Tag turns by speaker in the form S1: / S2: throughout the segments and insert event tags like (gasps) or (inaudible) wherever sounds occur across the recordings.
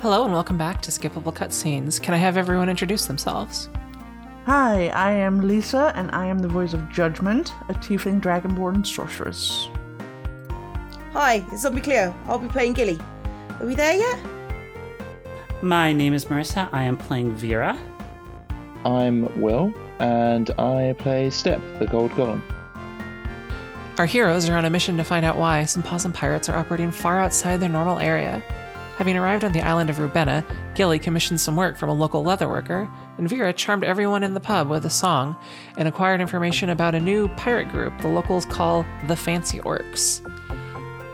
S1: Hello and welcome back to Skippable Cutscenes. Can I have everyone introduce themselves?
S2: Hi, I am Lisa, and I am the voice of Judgment, a tiefling dragonborn sorceress.
S3: Hi, it's Zombie Cleo. I'll be playing Gilly. Are we there yet?
S4: My name is Marissa. I am playing Vera.
S5: I'm Will, and I play Step, the Gold Golem.
S1: Our heroes are on a mission to find out why some possum pirates are operating far outside their normal area. Having arrived on the island of Rubena, Gilly commissioned some work from a local leather worker, and Vera charmed everyone in the pub with a song and acquired information about a new pirate group the locals call the Fancy Orcs.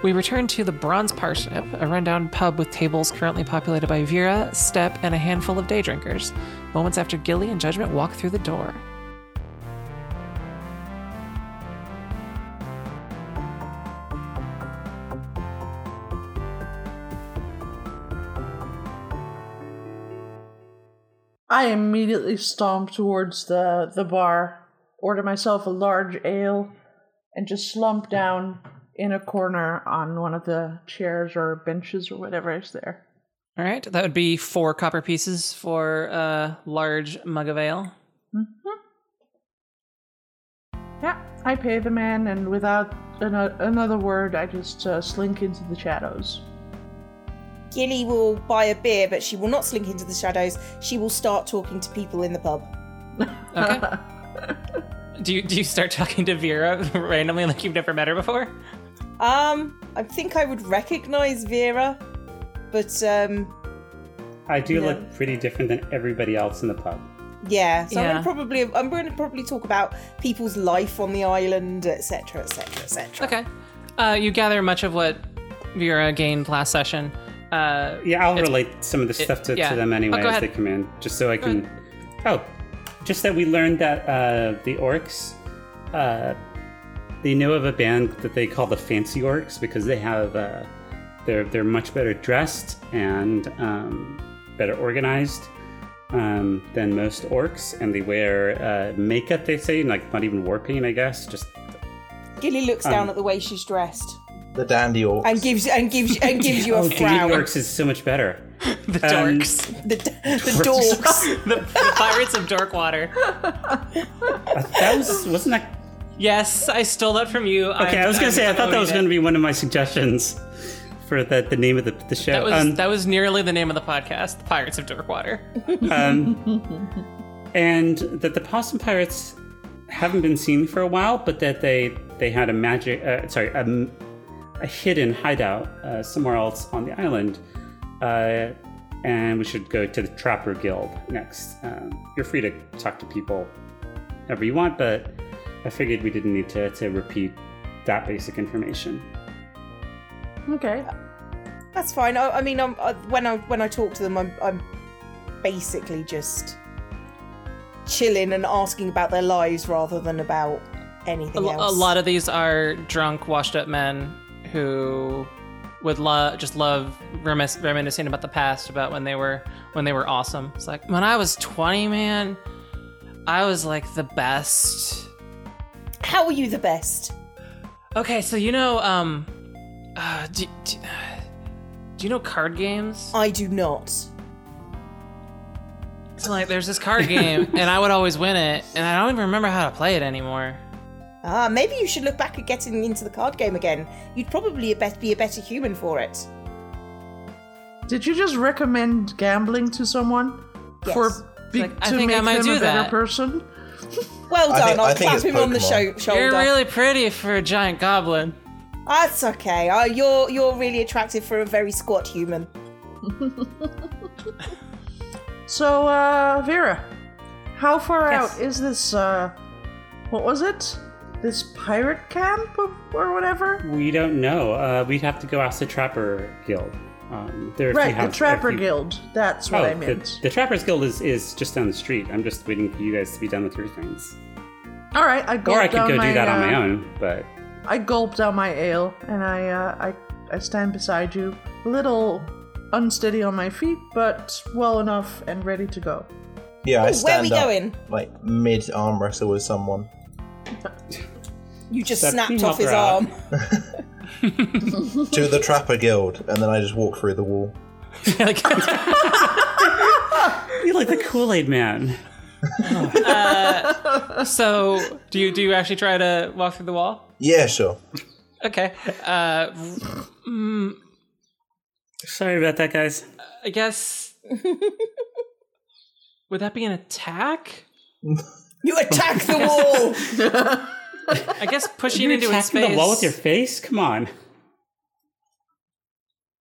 S1: We return to the Bronze Parsnip, a rundown pub with tables currently populated by Vera, Step, and a handful of day drinkers, moments after Gilly and Judgment walk through the door.
S2: I immediately stomp towards the, the bar, order myself a large ale, and just slump down in a corner on one of the chairs or benches or whatever is there.
S1: All right, that would be four copper pieces for a large mug of ale.
S2: Mm-hmm. Yeah, I pay the man, and without an- another word, I just uh, slink into the shadows.
S3: Gilly will buy a beer, but she will not slink into the shadows. She will start talking to people in the pub.
S1: Okay. (laughs) do you do you start talking to Vera (laughs) randomly like you've never met her before?
S3: Um, I think I would recognise Vera, but um,
S4: I do
S3: Yeah.
S4: look pretty different than everybody else in the pub.
S3: yeah. So
S1: Yeah.
S3: I'm gonna probably I'm gonna probably talk about people's life on the island, etc., etc., etc.
S1: Okay. Uh, you gather much of what Vera gained last session. Uh,
S4: Yeah, I'll
S1: It's-
S4: relate some of the stuff to,
S1: yeah.
S4: to them
S1: Oh,
S4: anyway
S1: go
S4: as
S1: ahead.
S4: they come in, just so I can. Oh, just that we learned that uh, the orcs, uh, they know of a band that they call the Fancy Orcs because they have uh, they're they're much better dressed and um, better organized um, than most orcs, and they wear uh, makeup. They say like not even war paint, I guess, just
S3: Gilly looks down at the way she's dressed
S6: Um, The dandy orcs.
S3: and gives and gives and gives
S6: (laughs)
S3: you a
S4: Oh,
S3: frown.
S4: Dandy Orcs is so much better.
S1: the
S4: Um, (laughs)
S1: dorks,
S3: The, the dorks.
S1: the, the pirates of Dorkwater.
S4: That was wasn't that
S1: Yes, I stole that from you.
S4: okay? I was gonna say I thought that was gonna be one of my suggestions for the, the name of the, the show.
S1: That was
S4: Um,
S1: that was nearly the name of the podcast, the Pirates of Dorkwater.
S4: Um, and that the possum pirates haven't been seen for a while, but that they they had a magic uh, sorry a, m- a hidden hideout uh, somewhere else on the island. Uh, and we should go to the Trapper Guild next. Um, you're free to talk to people however you want, but I figured we didn't need to, to repeat that basic information.
S2: (laughs) Okay.
S3: That's fine. I, I mean, I'm, I, when I when I talk to them, I'm, I'm basically just chilling and asking about their lives rather than about
S1: A,
S3: anything
S1: lo- a
S3: else.
S1: lot of these are drunk, washed-up men who would love just love remis- reminiscing about the past, about when they were when they were awesome. It's like when I was 20, man, I was like the best.
S3: How are you the best?
S1: Okay, so you know, um, uh, do, do, do you know card games?
S3: I do not.
S1: So like, there's this card game, and I would always win it, and I don't even remember how to play it anymore.
S3: Ah, maybe you should look back at getting into the card game again. You'd probably a bet- be a better human for it.
S2: Did you just recommend gambling to someone
S3: Yes.
S2: for be-
S1: Like, I
S2: to
S1: think I
S2: make
S1: might
S2: them
S1: do
S2: a better
S1: that.
S2: person?
S3: Well
S6: I
S3: done.
S6: think-
S3: I'll
S6: I think
S3: clap
S6: it's
S3: him on the sho-
S6: Pokemon.
S3: shoulder.
S1: You're really pretty for a giant goblin. (laughs)
S3: That's okay. Uh, you're you're really attractive for a very squat human.
S2: So, uh, Vera, how far
S1: Yes.
S2: out is this? Uh, what was it? This pirate camp or, or whatever?
S4: We don't know. Uh, we'd have to go ask the Trapper Guild. Um, there if they
S2: Right,
S4: have-
S2: the Trapper
S4: if you-
S2: Guild. That's
S4: Oh,
S2: what I
S4: the,
S2: meant.
S4: the Trappers Guild is, is just down the street. I'm just waiting for you guys to be done with your things.
S2: All right, I gulped
S4: or I could
S2: down
S4: go
S2: my,
S4: do that on my
S2: uh,
S4: own, but
S2: I gulped down my ale, and I, uh, I, I stand beside you, a little unsteady on my feet, but well enough and ready to go.
S6: yeah,
S3: Ooh, Oh,
S6: I
S3: where are
S6: stand
S3: we
S6: up,
S3: going?
S6: like mid arm wrestle
S3: (laughs)
S6: with someone.
S3: You just
S4: Step, can
S3: snapped
S4: you
S3: off
S4: help
S3: his
S4: her out?
S3: arm.
S6: to the Trapper Guild, and then I just walk through the wall.
S1: like,
S4: You're like the Kool Aid Man.
S1: so, do you do you actually try to walk through the wall?
S6: Yeah, sure.
S1: Okay. Uh,
S4: Sorry about that, guys.
S1: I guess. Would that be an attack?
S3: You attack the wall.
S1: I guess pushing
S4: You're
S1: into a
S4: attacking
S1: space.
S4: the wall with your face. Come on.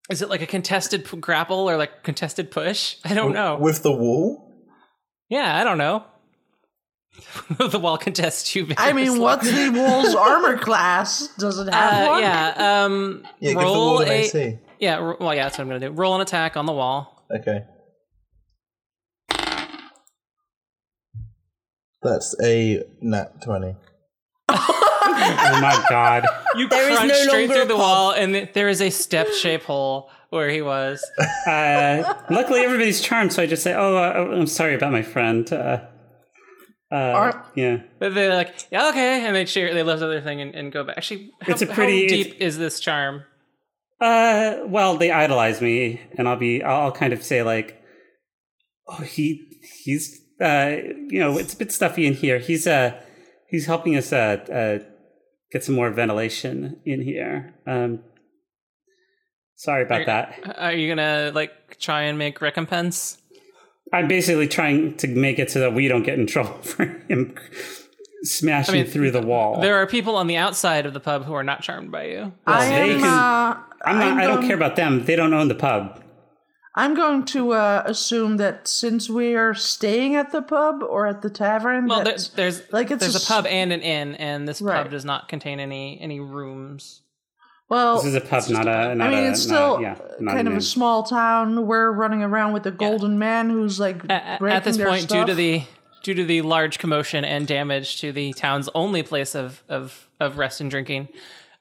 S1: Is it like a contested p- grapple or like contested push? I don't know.
S6: With the wall?
S1: yeah, I don't know. (laughs) the wall contests you.
S2: I mean, what's the wall's armor class? Does it have
S1: Uh,
S2: one?
S1: yeah. Um,
S6: Yeah, give the
S1: roll
S6: wall an
S1: a-
S6: AC.
S1: Yeah. ro- Well, yeah. That's what I'm gonna do. Roll an attack on the wall.
S6: Okay. That's a nat 20.
S4: Oh my
S2: (laughs)
S4: god.
S1: You
S3: There is
S1: crunch
S3: no
S1: straight
S3: longer
S1: through
S3: a
S1: the
S3: pub.
S1: wall, and th- there is a step shape hole where he was.
S4: Uh, luckily, everybody's charmed, so I just say, "Oh, uh, I'm sorry about my friend." Uh, uh,
S2: Are-
S4: yeah,
S1: But they're like, yeah, okay, and they cheer. They lift up their thing and, and go back. Actually, how,
S4: It's a
S1: how
S4: pretty- it's-
S1: deep is this charm?
S4: Uh, well, they idolize me, and I'll be, I'll kind of say like, oh, he, he's, uh, you know, it's a bit stuffy in here. He's, uh, he's helping us, uh, uh, get some more ventilation in here. Um, sorry about that.
S1: Are you gonna like try and make recompense?
S4: I'm basically trying to make it so that we don't get in (laughs) trouble for him smashing
S1: mean,
S4: through the wall.
S1: There are people on the outside of the pub who are not charmed by you.
S2: I
S4: They
S2: am.
S4: can-
S2: uh,
S4: I'm not,
S2: I'm
S4: I don't
S2: going-
S4: care about them. They don't own the pub.
S2: I'm going to uh, assume that since we are staying at the pub or at the tavern,
S1: Well, there,
S2: that
S1: there's
S2: like it's
S1: there's
S2: a
S1: a,
S2: s-
S1: pub and an inn, and this
S2: Right.
S1: pub does not contain any any rooms.
S2: well,
S4: This is a pub, not a, not
S2: I mean,
S4: a,
S2: it's
S4: not
S2: still
S4: a- yeah, not
S2: kind
S4: an
S2: of
S4: inn.
S2: a small town. We're running around with a golden man who's like
S1: At,
S2: breaking
S1: at this
S2: their
S1: point,
S2: stuff.
S1: due to the due to the large commotion and damage to the town's only place of of of rest and drinking,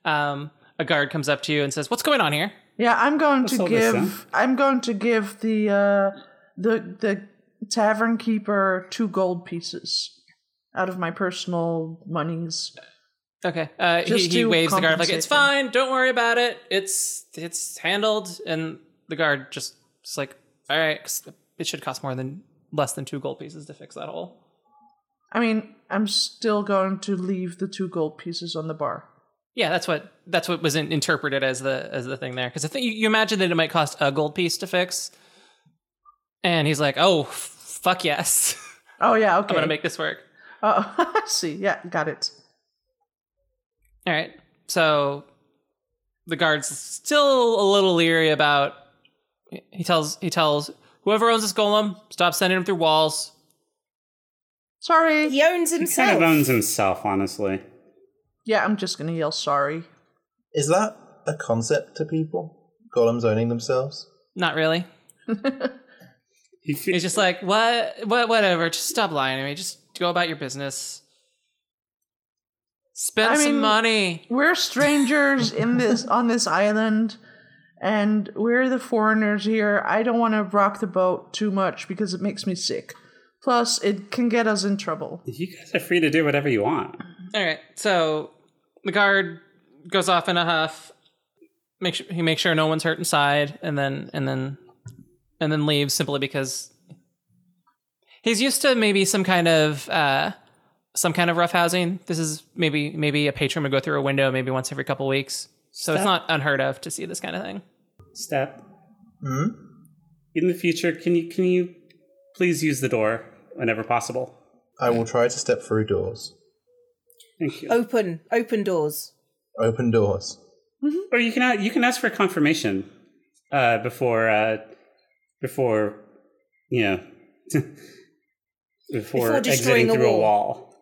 S1: um, a guard comes up to you and says, "What's going on here?"
S2: yeah, I'm going to
S4: all this
S2: give I'm going to give the uh, the the tavern keeper two gold pieces out of my personal monies.
S1: Okay. Uh, he,
S2: Just
S1: he
S2: to
S1: waves the guard like
S2: compensate
S1: it's
S2: them.
S1: fine. Don't worry about it. It's it's handled, and the guard just is like, all right, 'cause it should cost more than less than two gold pieces to fix that hole.
S2: I mean, I'm still going to leave the two gold pieces on the bar.
S1: Yeah, that's what that's what was in, interpreted as the as the thing there. Because I think you, you imagine that it might cost a gold piece to fix, and he's like, oh f- fuck yes, (laughs)
S2: Oh yeah, okay.
S1: I'm gonna make this work.
S2: Oh, (laughs) I see. Yeah, got it.
S1: All right. So the guard's still a little leery about. He tells he tells whoever owns this golem, stop sending him through walls.
S2: Sorry.
S3: he owns
S4: He kind of
S3: himself.
S4: owns himself, honestly.
S2: Yeah, I'm just gonna yell sorry.
S6: Is that a concept to people? Golems owning themselves?
S1: Not really.
S4: He fe-
S1: He's just like what what whatever. Just stop lying to me. Just go about your business. Spend
S2: I
S1: some
S2: mean-
S1: money.
S2: We're strangers in this (laughs) on this island, and we're the foreigners here. I don't want to rock the boat too much because it makes me sick. Plus, it can get us in trouble.
S4: you guys are free to do whatever you want.
S1: All right. So the guard goes off in a huff. Make sure he makes sure no one's hurt inside, and then and then and then leaves simply because he's used to maybe some kind of uh, some kind of rough housing. This is maybe maybe a patron would go through a window maybe once every couple weeks. So it's not unheard of to see this kind of thing.
S4: Step
S6: Hmm?
S4: in the future, can you can you please use the door whenever possible?
S6: I will try to step through doors.
S4: Thank you.
S3: Open, open doors.
S6: Open doors.
S4: Or you can a- you can ask for confirmation uh, before uh, before you know (laughs) before,
S3: Before destroying
S4: exiting
S3: a
S4: through a wall.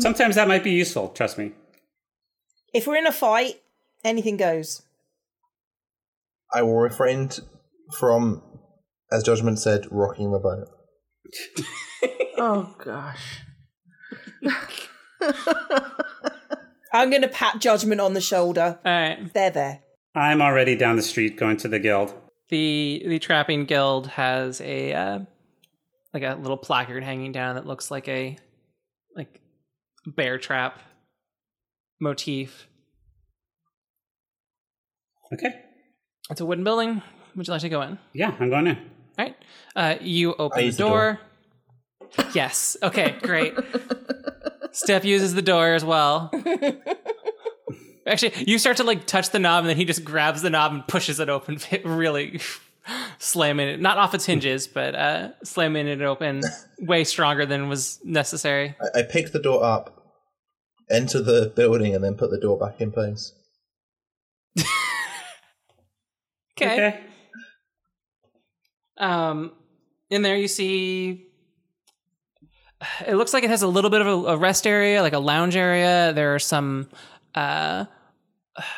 S4: Sometimes that might be useful. Trust me.
S3: If we're in a fight, anything goes.
S6: I will refrain t- from, as Judgment said, rocking the boat.
S2: Oh gosh.
S3: I'm going to pat Judgment on the shoulder.
S1: All right.
S3: They're there.
S4: I'm already down the street going to the guild.
S1: the the trapping guild has a uh, like a little placard hanging down that looks like a like bear trap motif.
S4: Okay.
S1: It's a wooden building. Would you like to go in?
S4: Yeah, I'm going in.
S1: All right. Uh, you open the
S6: use the
S1: door. yes. Okay. (laughs) Great. Steph uses the door as well. Actually, you start to like touch the knob, and then he just grabs the knob and pushes it open, (laughs) really slamming it not off its hinges, but uh, slamming it (laughs) open way stronger than was necessary.
S6: I, I pick the door up, enter the building, and then put the door back in place.
S1: Okay. Um, in there you see. It looks like it has a little bit of a, a rest area, like a lounge area. There are some uh,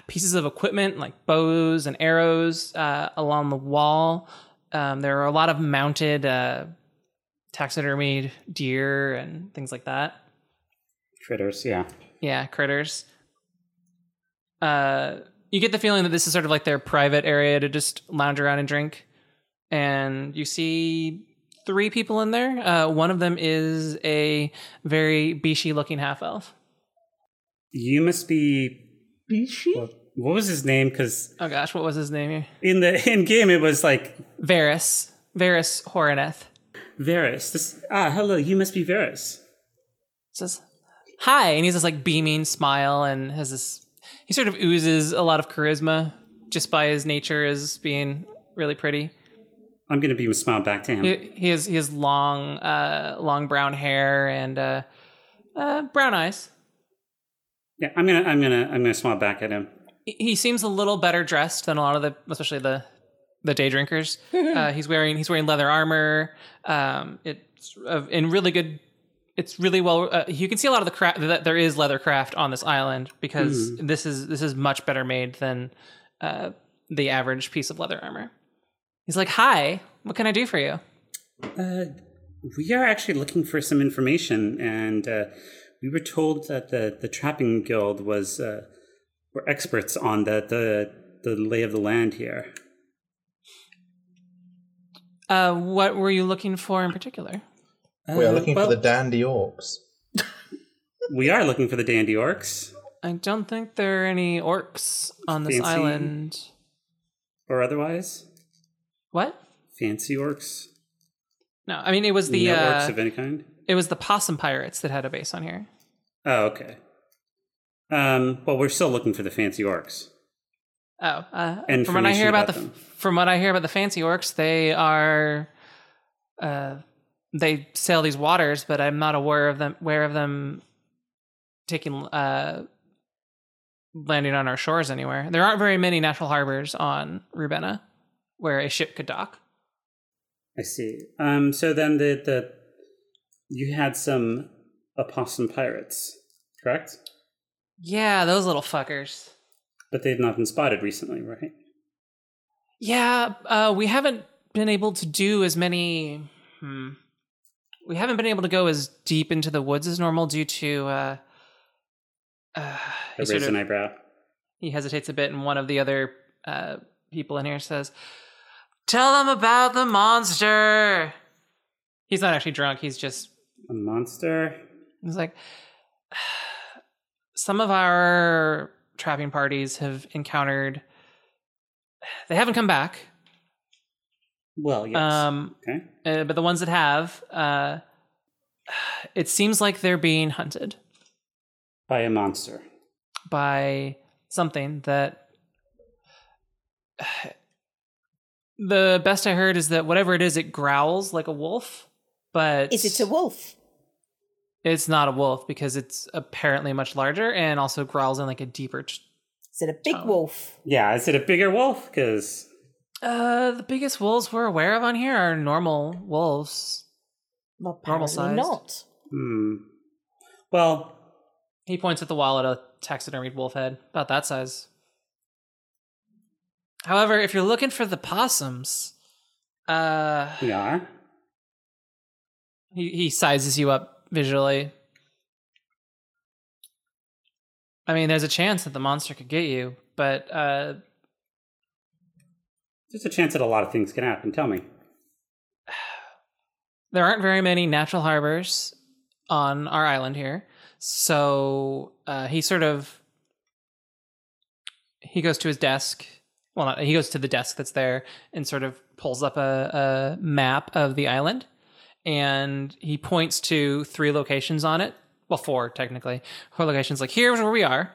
S1: pieces of equipment, like bows and arrows, uh, along the wall. Um, there are a lot of mounted uh, taxidermied deer and things like that.
S4: Critters, yeah.
S1: Yeah, critters. Uh, you get the feeling that this is sort of like their private area to just lounge around and drink. And you see three people in there. Uh, one of them is a very bishy looking half elf.
S4: You must be.
S2: Bishi?
S4: What was his name? Because
S1: Oh gosh, what was his name here?
S4: in the (laughs) in game it was like
S1: Varys. Varys Horineth
S4: Varys. This, ah, hello. You must be Varys.
S1: says, Hi. And he has this like beaming smile and has this. He sort of oozes a lot of charisma just by his nature as being really pretty.
S4: I'm gonna beam a smile back to him.
S1: He, he has he has long uh long brown hair and uh, uh brown eyes.
S4: yeah, I'm gonna I'm gonna I'm gonna smile back at him.
S1: He- He seems a little better dressed than a lot of the especially the the day drinkers. uh, he's wearing he's wearing leather armor. Um, it's uh, in really good. It's really well. Uh, you can see a lot of the craft that there is leather craft on this island because this is this is much better made than uh, the average piece of leather armor. He's like, "Hi, what can I do for you?"
S4: Uh, we are actually looking for some information, and uh, we were told that the, the trapping guild was uh, were experts on the, the the lay of the land here.
S1: Uh, what were you looking for in particular?
S6: we
S4: Uh,
S6: are looking
S4: well,
S6: for the dandy orcs.
S4: we are looking for the dandy orcs
S1: I don't think there are any orcs on this
S4: Fancy.
S1: island.
S4: or otherwise
S1: What?
S4: fancy orcs.
S1: No, I mean it was the
S4: no
S1: uh,
S4: orcs of any kind.
S1: it was the possum pirates that had a base on here.
S4: Oh, okay. Um, well, we're still looking for the fancy orcs.
S1: Oh, uh,
S4: And
S1: from what I hear
S4: information
S1: about,
S4: about
S1: the
S4: them.
S1: from what I hear about the fancy orcs, they are uh, they sail these waters, but I'm not aware of them aware of them taking uh, landing on our shores anywhere. There aren't very many natural harbors on Rubena where a ship could dock.
S4: I see. Um, so then the the you had some opossum pirates, correct?
S1: Yeah, those little fuckers.
S4: But they've not been spotted recently, right?
S1: Yeah, uh, we haven't been able to do as many. Hmm, we haven't been able to go as deep into the woods as normal due to. Uh, uh,
S4: I
S1: he, sort
S4: raised
S1: of-
S4: an eyebrow.
S1: he hesitates a bit, and one of the other uh, people in here says, "Tell them about the monster." He's not actually drunk. He's just
S4: A monster.
S1: He's like, some of our trapping parties have encountered. They haven't come back.
S4: Well, yes.
S1: Um,
S4: okay.
S1: uh, but the ones that have, uh, (sighs) it seems like they're being hunted
S4: By a monster.
S1: by something that. (sighs) The best I heard is that whatever it is, it growls like a wolf, but
S3: Is it a wolf?
S1: It's not a wolf because it's apparently much larger and also growls in like a deeper. T-
S3: Is it a big
S1: Oh.
S3: wolf?
S4: Yeah, is it a bigger wolf? Because
S1: uh, the biggest wolves we're aware of on here are normal wolves.
S3: Well,
S1: Normal sized.
S3: apparently Not. (laughs)
S4: hmm. Well,
S1: He points at the wall at a taxidermied wolf head, about that size. However, if you're looking for the possums, uh,
S4: we are.
S1: he, he sizes you up visually. I mean, there's a chance that the monster could get you, but uh,
S4: There's a chance that a lot of things can happen. Tell me.
S1: there aren't very many natural harbors on our island here. So uh, he sort of he goes to his desk well, not, he goes to the desk that's there and sort of pulls up a, a map of the island, and he points to three locations on it. Well, four technically. Four locations. Like here's where we are.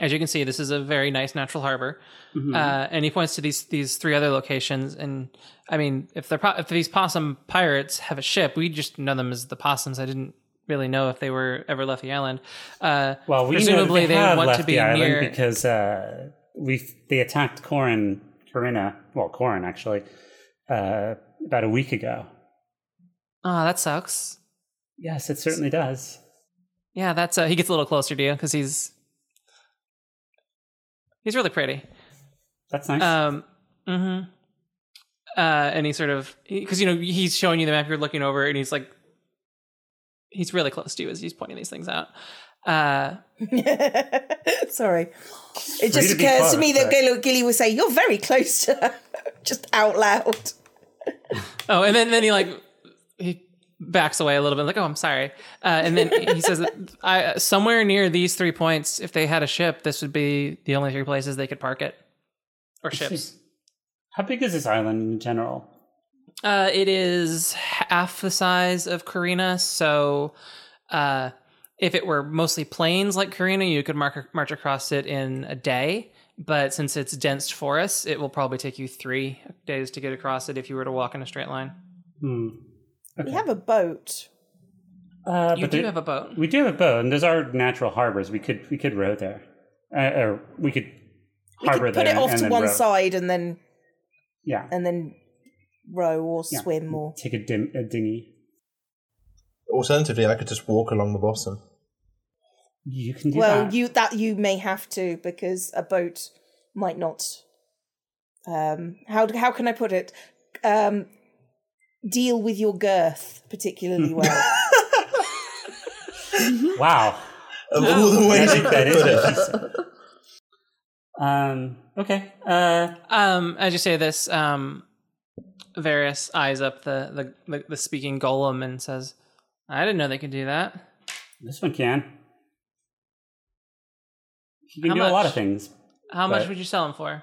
S1: As you can see, this is a very nice natural harbor,
S4: Mhm.
S1: uh, and he points to these these three other locations. And I mean, if they're po- if these possum pirates have a ship, we just know them as the possums. I didn't really know if they were ever left the island. Uh,
S4: well, we
S1: presumably
S4: know that
S1: they
S4: have
S1: want
S4: left
S1: to be
S4: the island
S1: near-
S4: because uh, we they attacked Corin, Corina, well, Corin actually, uh, about a week ago.
S1: oh, that sucks.
S4: Yes, it certainly does.
S1: Yeah, that's uh, he gets a little closer to you because he's he's really pretty.
S4: That's nice.
S1: Um, hmm uh, and he sort of because you know he's showing you the map. You're looking over, and he's like, he's really close to you as he's pointing these things out. Uh,
S3: Sorry. It
S4: free
S3: just
S4: to be
S3: occurs to
S4: close,
S3: me that
S4: but-
S3: Gilly, Gilly would say, You're very close to her. (laughs) just out loud.
S1: oh, and then then he like he backs away a little bit, like, oh, I'm sorry. Uh, and then he says, that (laughs) I, somewhere near these three points, if they had a ship, this would be the only three places they could park it or ships.
S4: How big is this island in general?
S1: Uh, it is half the size of Karina, so uh, if it were mostly plains like Karina, you could mark, march across it in a day. But since it's dense forest, it will probably take you three days to get across it if you were to walk in a straight line.
S4: Hmm.
S3: We have a boat.
S4: Uh,
S1: You
S4: but
S1: do
S4: there-
S1: have a boat.
S4: we do have a boat, and those are natural harbors. We could we could row there, uh, or we could
S3: We
S4: harbor
S3: could put
S4: there
S3: it off
S4: and
S3: to
S4: then
S3: one
S4: row.
S3: side and then
S4: Yeah,
S3: and then row or
S4: Yeah.
S3: swim or
S4: take a, dim- a dinghy.
S6: Alternatively, I could just walk along the bottom.
S4: You can do
S3: well
S4: that.
S3: you that you may have to because a boat might not um how how can i put it um deal with your girth
S4: (laughs)
S3: particularly well
S4: wow.
S6: Of all the
S4: I
S6: ways you
S4: think that
S6: could put
S4: is what
S6: it.
S4: she said. Um. Okay. Uh.
S1: Um, as you say this, um, Varys eyes up the, the, the, the speaking golem and says, I didn't know they could do that.
S4: This one can. He can
S1: How
S4: do a lot
S1: much?
S4: of things.
S1: How much
S4: Right.
S1: would you sell them for?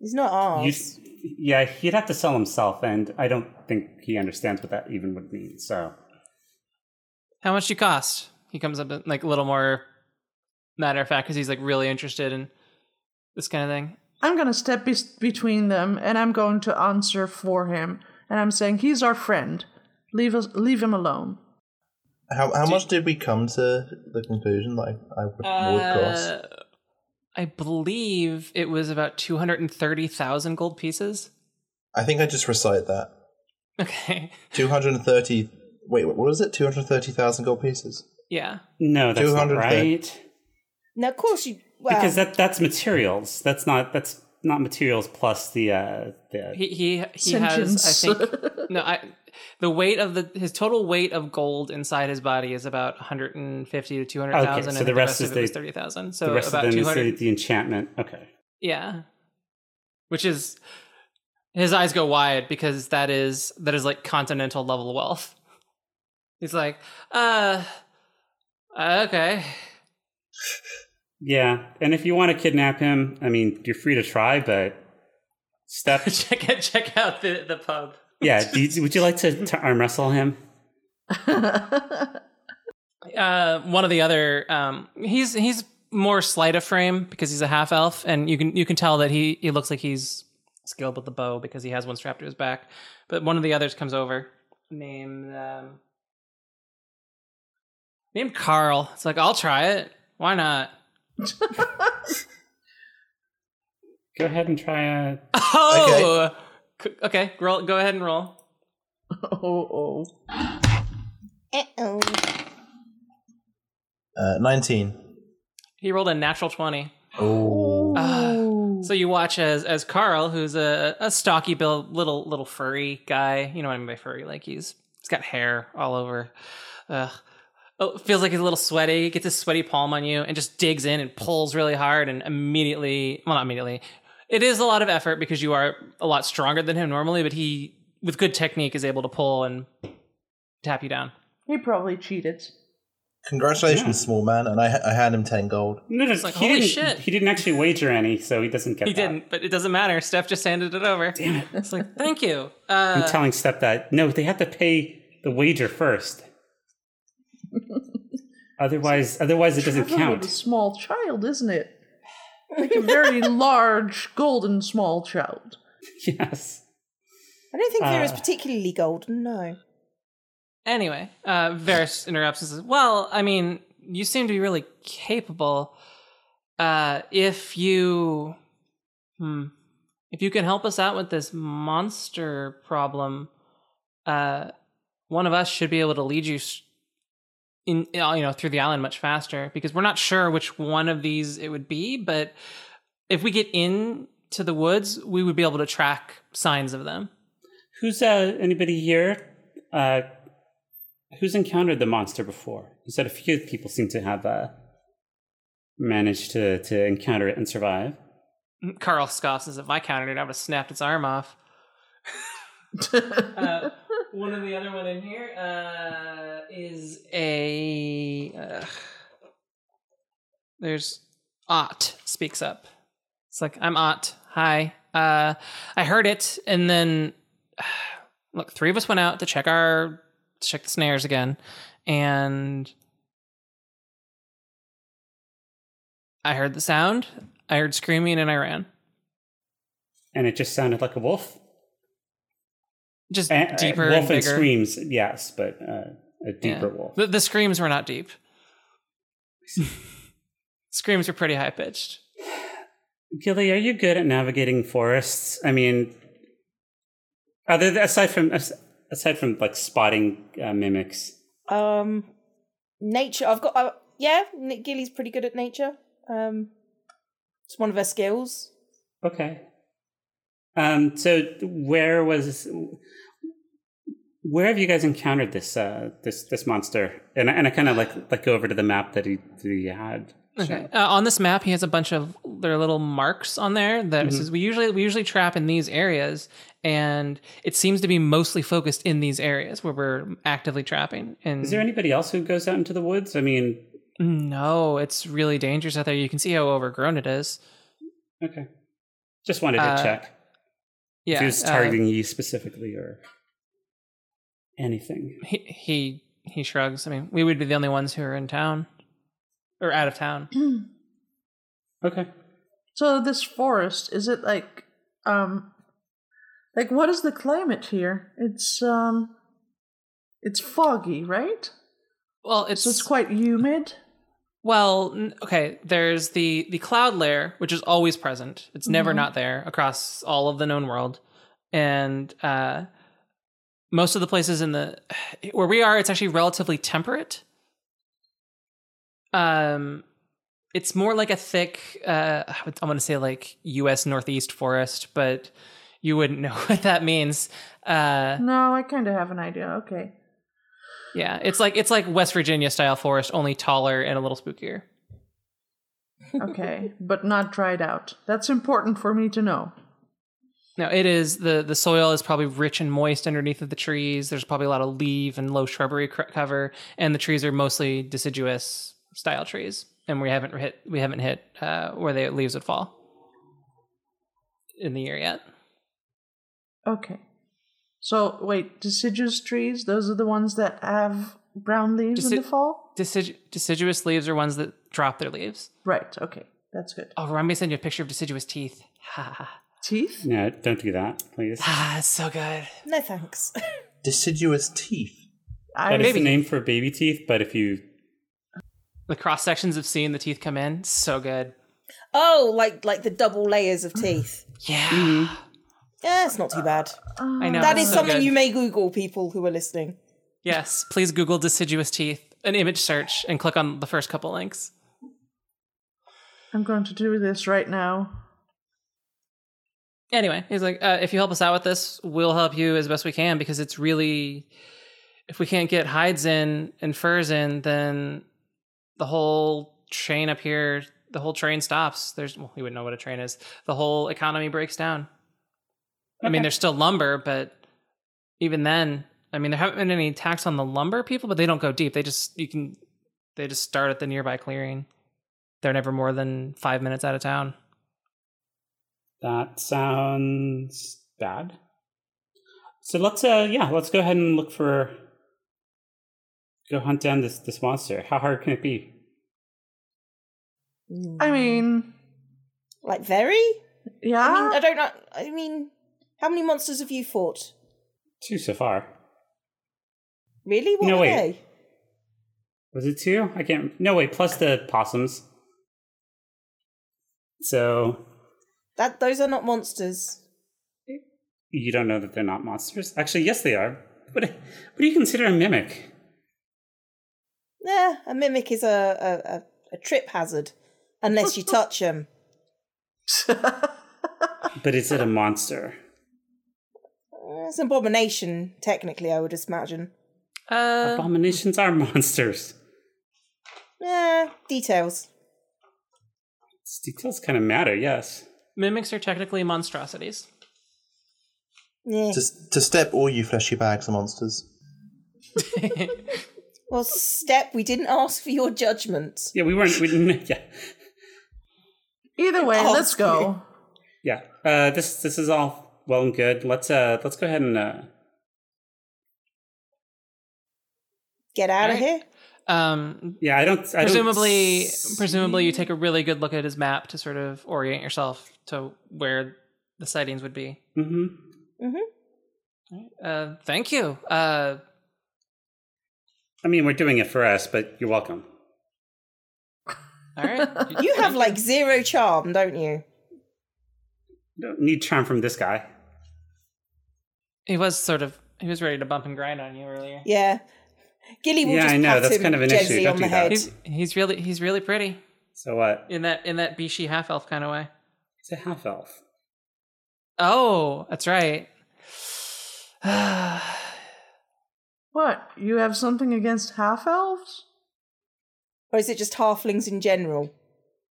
S3: it's not
S4: You,
S3: ours
S4: yeah, he'd have to sell himself, and I don't think he understands what that even would mean. So
S1: how much you cost he comes up like a little more matter of fact because he's like really interested in this kind of thing
S2: I'm going to step be- between them and I'm going to answer for him. And I'm saying, he's our friend. Leave us, leave him alone.
S6: How, how much did we come to the conclusion that I, I would, would cost?
S1: Uh, i believe it was about 230000 gold pieces (laughs)
S6: I think I just recite that.
S1: okay
S6: 230. Wait, what was it? 230,000 gold pieces?
S1: yeah
S4: no, that's not
S6: 200 then.
S4: right.
S3: now of course you well
S4: because that that's materials. That's not that's not materials plus the uh the
S1: he he, he
S2: Sentience.
S1: has i
S4: (laughs)
S1: think no i the weight of the his total weight of gold inside his body is about 150 to 200000
S4: Okay, so
S1: and
S4: the
S1: the rest,
S4: rest is
S1: of it was
S4: the-
S1: 30000 so
S4: the rest
S1: about
S4: of them
S1: 200
S4: is the, the enchantment. Okay.
S1: Yeah. Which is his eyes go wide because that is that is like continental level wealth. He's like, uh uh, okay. (laughs)
S4: Yeah, and if you want to kidnap him, I mean, you're free to try, but
S1: (laughs)
S4: step.
S1: check out check out the, the pub.
S4: yeah, do you, would you like to, to arm wrestle him?
S2: (laughs)
S1: Uh one of the other um he's he's more sleight of frame because he's a half elf and you can you can tell that he he looks like he's skilled with the bow because he has one strapped to his back. But one of the others comes over. Named um named Carl. It's like I'll try it. Why not? (laughs)
S4: Go ahead and try a.
S1: Oh, C- okay. Roll. Go ahead and roll.
S2: oh, oh.
S3: Uh-oh.
S6: Uh, 19.
S1: He rolled a natural twenty.
S6: Oh.
S1: Ah, so you watch as as Carl, who's a, a stocky built little little furry guy. You know what I mean by furry? Like he's he's got hair all over. Ugh. Oh, feels like he's a little sweaty. Gets his sweaty palm on you and just digs in and pulls really hard and immediately. Well, not immediately. It is a lot of effort because you are a lot stronger than him normally, but he with good technique is able to pull and tap you down.
S2: He probably cheated.
S6: Congratulations,
S4: Yeah.
S6: small man. And I, ha- I hand him 10 gold.
S4: No, no,
S1: It's like,
S4: he
S1: holy
S4: didn't,
S1: shit.
S4: He didn't actually wager any, so he doesn't get
S1: He
S4: that.
S1: didn't, but it doesn't matter. Steph just handed it over. Damn it. It's like, thank you. Uh,
S4: I'm telling Step that no, they have to pay the
S1: (laughs)
S4: wager first. otherwise, otherwise it doesn't
S2: Trevor was a
S4: count.
S2: small child, isn't it? Like a very large golden small child.
S4: (laughs) Yes.
S3: I don't think Vera's
S4: Uh.
S3: particularly golden, no.
S1: Anyway, uh, Varys interrupts and says, Well, I mean, you seem to be really capable. Uh, if you. Hmm. If you can help us out with this monster problem, uh, one of us should be able to lead you s- in, uh, you know, through the island much faster because we're not sure which one of these it would be. But if we get in to the woods, we would be able to track signs of them.
S4: Who's uh, anybody here? Uh, who's encountered the monster before? You said a few people seem to have uh, managed to to encounter it and survive.
S1: Carl scoffs as if I counted it, I would have snapped its arm off. uh, one of the other one in here uh, is a. Uh, there's Ott speaks up. It's like I'm Ott. Hi. Uh, I heard it, and then (sighs) look, three of us went out to check our check the snares again, and I heard the sound. I heard screaming, and I ran.
S4: And it just sounded like a wolf.
S1: Just
S4: And- uh,
S1: deeper
S4: wolf
S1: and bigger.
S4: screams, yes, but uh, a
S1: Yeah.
S4: deeper wolf.
S1: The, the screams were not
S4: (laughs)
S1: deep. screams were pretty high pitched.
S4: Gilly, are you good at navigating forests? I mean, other th- aside from as- aside from like spotting uh, mimics,
S3: Um, nature. I've got. Uh, yeah, Nick Gilly's pretty good at nature. Um, it's one of her skills.
S4: okay. Um, so where was where have you guys encountered this uh, this this monster? And I- and I kind of like like go over to the map that he that he had.
S1: Okay. Uh, on this map, he has a bunch of their little marks on there that
S4: Mm-hmm.
S1: says we usually we usually trap in these areas, and it seems to be mostly focused in these areas where we're actively trapping. And
S4: Is there anybody else who goes out into the woods? I mean,
S1: no, it's really dangerous out there. You can see how overgrown it is.
S4: okay. Just wanted to
S1: Uh,
S4: check
S1: Yeah,
S4: if he was
S1: uh,
S4: targeting you specifically or anything.
S1: uh, he he he shrugs. I mean, we would be the only ones who are in town or out of town.
S4: Okay.
S2: So this forest, is it like um like what is the climate here? It's um it's foggy, right?
S1: Well, it's
S2: So it's quite humid.
S1: Well, n- okay. There's the the cloud layer, which is always present. It's never
S2: Mhm.
S1: not there across all of the known world, and uh, most of the places in the (sighs) where we are, it's actually relatively temperate. Um, it's more like a thick. Uh, (sighs) I would- I'm going to say like U.S. Northeast forest, but you wouldn't (laughs) know what that means. Uh,
S2: No, I kind of have an idea. Okay.
S1: yeah, it's like it's like West Virginia style forest, only taller and a little spookier.
S2: Okay, but not dried out. That's important for me to know.
S1: No, it is the the soil is probably rich and moist underneath of the trees. There's probably a lot of leaf and low shrubbery cr- cover, and the trees are mostly deciduous style trees. And we haven't hit we haven't hit uh, where the leaves would fall in the year yet.
S2: Okay. So, wait, deciduous trees, those are the ones that have brown leaves in
S1: Deci-
S2: the fall?
S1: Decidu- deciduous leaves are ones that drop their leaves.
S2: Right, okay. That's good.
S1: Oh, remember me to send you a picture of deciduous teeth. Ha ha,
S2: Teeth?
S4: No, don't do that,
S1: (sighs)
S4: please.
S1: ah, it's so good.
S3: No thanks. (laughs)
S6: Deciduous teeth.
S2: I
S4: That is the
S1: Baby
S4: name for baby teeth, but if you
S1: The cross sections of seeing the teeth come in, so good.
S3: oh, like like the double layers of teeth.
S1: Yeah,
S3: Yeah, it's not too bad.
S2: Ah,
S1: I know.
S3: That
S1: it's
S3: is
S1: so
S3: something
S1: good.
S3: you may Google, people who are listening.
S1: Yes, please Google deciduous teeth, an image search, and click on the first couple links.
S2: I'm going to do this right now.
S1: Anyway, he's like, uh, if you help us out with this, we'll help you as best we can because it's really, if we can't get hides in and furs in, then the whole train up here, the whole train stops. There's, well, you wouldn't know what a train is. The whole economy breaks down. I mean, there's still lumber, but even then, I mean, there haven't been any attacks on the lumber people, but they don't go deep. They just, you can They just start at the nearby clearing. They're never more than five minutes out of town.
S4: That sounds bad. So let's uh yeah, let's go ahead and look for go hunt down this this monster. How hard can it be?
S3: Mm.
S2: I mean,
S3: like very.
S2: yeah.
S3: I mean, I don't know. I mean, how many monsters have you fought?
S4: Two so far.
S3: Really? What
S4: No,
S3: were
S4: wait.
S3: they?
S4: Was it two? I can't no wait, plus the possums. So
S3: That those are not monsters.
S4: you don't know that they're not monsters? Actually, yes they are. What what do you consider a mimic?
S3: Yeah, a mimic is a a, a, a trip hazard,
S2: (laughs)
S3: unless you touch them.
S4: But is it a monster?
S3: Eh, It's an abomination, technically. I would just imagine.
S1: Uh,
S4: Abominations are (laughs) monsters.
S3: Yeah, details.
S4: These details kind of matter, yes.
S1: mimics are technically
S3: (laughs)
S1: monstrosities.
S3: Yeah.
S6: To, to step all you fleshy bags are monsters.
S3: Well, step. We didn't ask for your judgment.
S4: Yeah, we weren't we didn't (laughs) yeah.
S2: Either way,
S3: Oh,
S2: let's go.
S4: Yeah. Uh, this this is all well and good. Let's uh let's go ahead and uh,
S3: Get out of
S1: Right.
S3: here.
S1: Um,
S4: yeah. I don't I don't
S1: presumably,
S4: s-
S1: presumably, you take a really good look at his map to sort of orient yourself to where the sightings would be.
S4: Mhm.
S1: Uh, thank you. Uh,
S4: I mean, we're doing it for us, but you're welcome.
S1: all right.
S3: (laughs) You have like zero charm, don't you?
S4: Don't need charm from this guy.
S1: He was sort of. He was ready to bump and grind on you earlier.
S3: Yeah. Gilly will
S4: Yeah,
S3: just
S4: I know,
S3: pat
S4: that's
S3: him
S4: kind of an issue,
S3: gently
S4: don't
S3: on
S4: do
S3: the
S4: that.
S3: head.
S1: He's he's really he's really pretty
S4: So what?
S1: in that in that Bishi half elf kind of way.
S4: He's a half elf.
S1: Oh, that's right. (sighs)
S2: What? You have something against half elves?
S3: Or is it just halflings in general?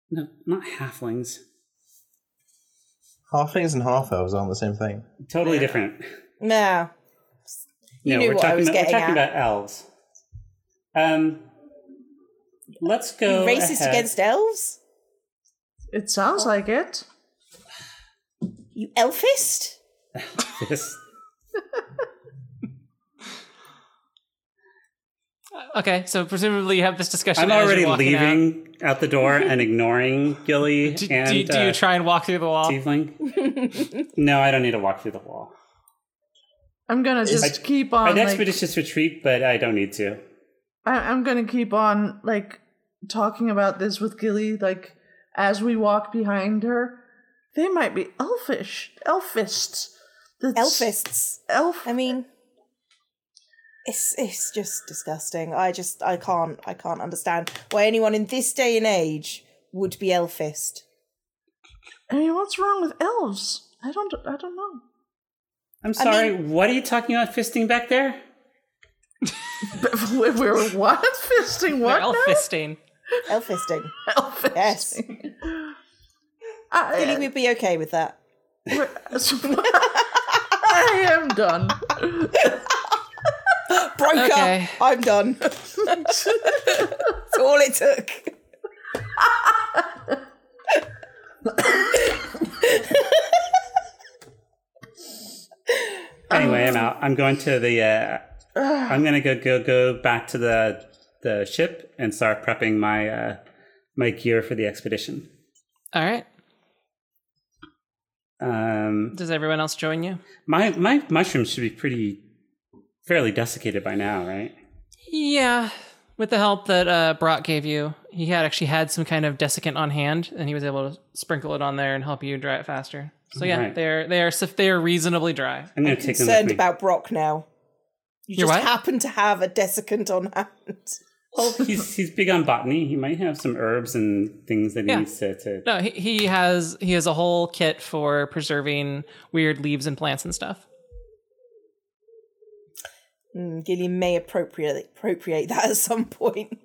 S4: No, not halflings.
S6: Halflings and half elves aren't the same thing.
S4: Totally different.
S3: No. You
S4: no,
S3: knew
S4: we're
S3: what I
S4: talking
S3: was
S4: about, we're
S3: getting
S4: talking
S3: at.
S4: about elves. Um, let's go
S3: Racist
S4: ahead.
S3: against elves?
S2: It sounds
S3: Oh.
S2: like it.
S3: You elfist?
S4: (laughs) this.
S1: Okay, so presumably you have this discussion.
S4: I'm
S1: as you're
S4: already
S1: walking out.
S4: leaving out.
S3: (laughs)
S4: the door and ignoring Gilly
S1: Do,
S4: and
S1: do, you- do
S4: uh,
S1: you try and walk through the wall?
S4: Tiefling.
S3: (laughs)
S4: no, I don't need to walk through the wall.
S2: I'm gonna just
S4: I-
S2: keep
S3: Oh,
S4: I'd
S2: on. Like,
S4: expeditious retreat, but I don't need to.
S2: I, I'm gonna keep on like talking about this with Gilly. Like as we walk behind her, they might be elfish, elfists. That's-
S3: Elfists.
S2: Elf.
S3: I mean it's it's just disgusting. I just I can't I can't understand why anyone in this day and age would be elfist.
S2: I mean, what's wrong with elves? I don't. I don't know.
S4: I'm
S3: I
S4: sorry. what are you talking about fisting back there?
S2: But (laughs) we- we're what fisting
S1: They're
S2: what
S1: elf
S2: now?
S1: fisting.
S4: (laughs)
S3: Elfisting.
S2: Elfisting. (laughs)
S3: Yes. Gilly
S2: I,
S3: would be okay with that.
S2: (laughs) I am done.
S3: Broke
S1: Okay.
S3: up. I'm done. (laughs) That's all it took.
S4: Anyway,
S3: Um,
S4: I'm out. I'm going to the. Uh, I'm gonna go go go back to the the ship and start prepping my uh, my gear for the expedition.
S1: All right.
S4: Um,
S1: Does everyone else join you?
S4: my my mushrooms should be pretty fairly desiccated by now, right?
S1: Yeah, with the help that uh, Brock gave you, he had actually had some kind of desiccant on hand, and he was able to sprinkle it on there and help you dry it faster. So yeah,
S4: Alright.
S1: they're they are suf- they are reasonably dry.
S4: I'm gonna take them with
S3: concerned
S4: me.
S3: about Brock now. You
S1: You're
S3: just
S1: what?
S3: happen to have a desiccant on hand.
S4: well, he's he's big on botany. He might have some herbs and things that he
S1: Yeah.
S4: needs to. to
S1: No, he, he has he has a whole kit for preserving weird leaves and plants and stuff.
S3: Mm, Gillian may appropriate appropriate that at some point.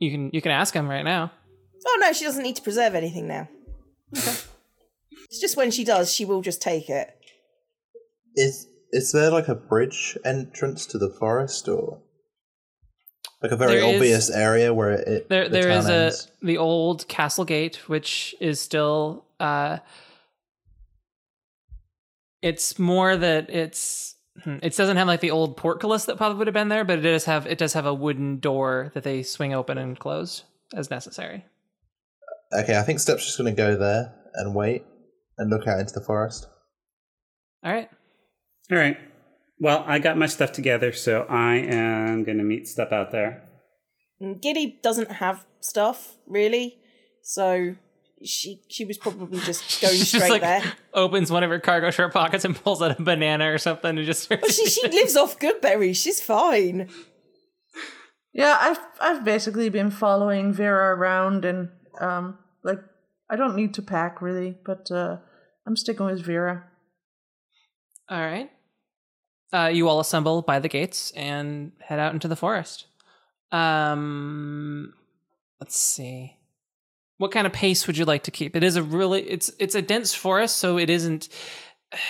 S1: You can you can ask him right now.
S3: Oh no, she doesn't need to preserve anything now.
S1: (laughs)
S3: it's just when she does, she will just take it.
S6: Is is there like a bridge entrance to the forest, or Like a very
S1: There is-
S6: obvious area where it.
S1: There,
S6: the
S1: there
S6: town
S1: is a
S6: ends.
S1: the old castle gate, which is still. Uh, it's more that it's hmm, it doesn't have like the old portcullis that probably would have been there, but it does have it does have a wooden door that they swing open and close as necessary.
S6: Okay, I think Step's just going to go there and wait and look out into the forest.
S1: All right,
S4: All right. Well, I got my stuff together, so I am going to meet Step out there.
S3: And Giddy Hmm, doesn't have stuff really, so she she was
S1: (laughs)
S3: probably just going
S1: She's just,
S3: straight
S1: like,
S3: there.
S1: Opens one of her cargo shirt pockets and pulls out a banana or something and just. (laughs)
S3: Well, Oh, she she lives off good berries. She's fine.
S2: Yeah, I've I've basically been following Vera around and um like I don't need to pack really, but uh I'm sticking with Vera.
S1: All right. Uh, you all assemble by the gates and head out into the forest. Um, let's see. What kind of pace would you like to keep? It is a really it's it's a dense forest, so it isn't. (sighs)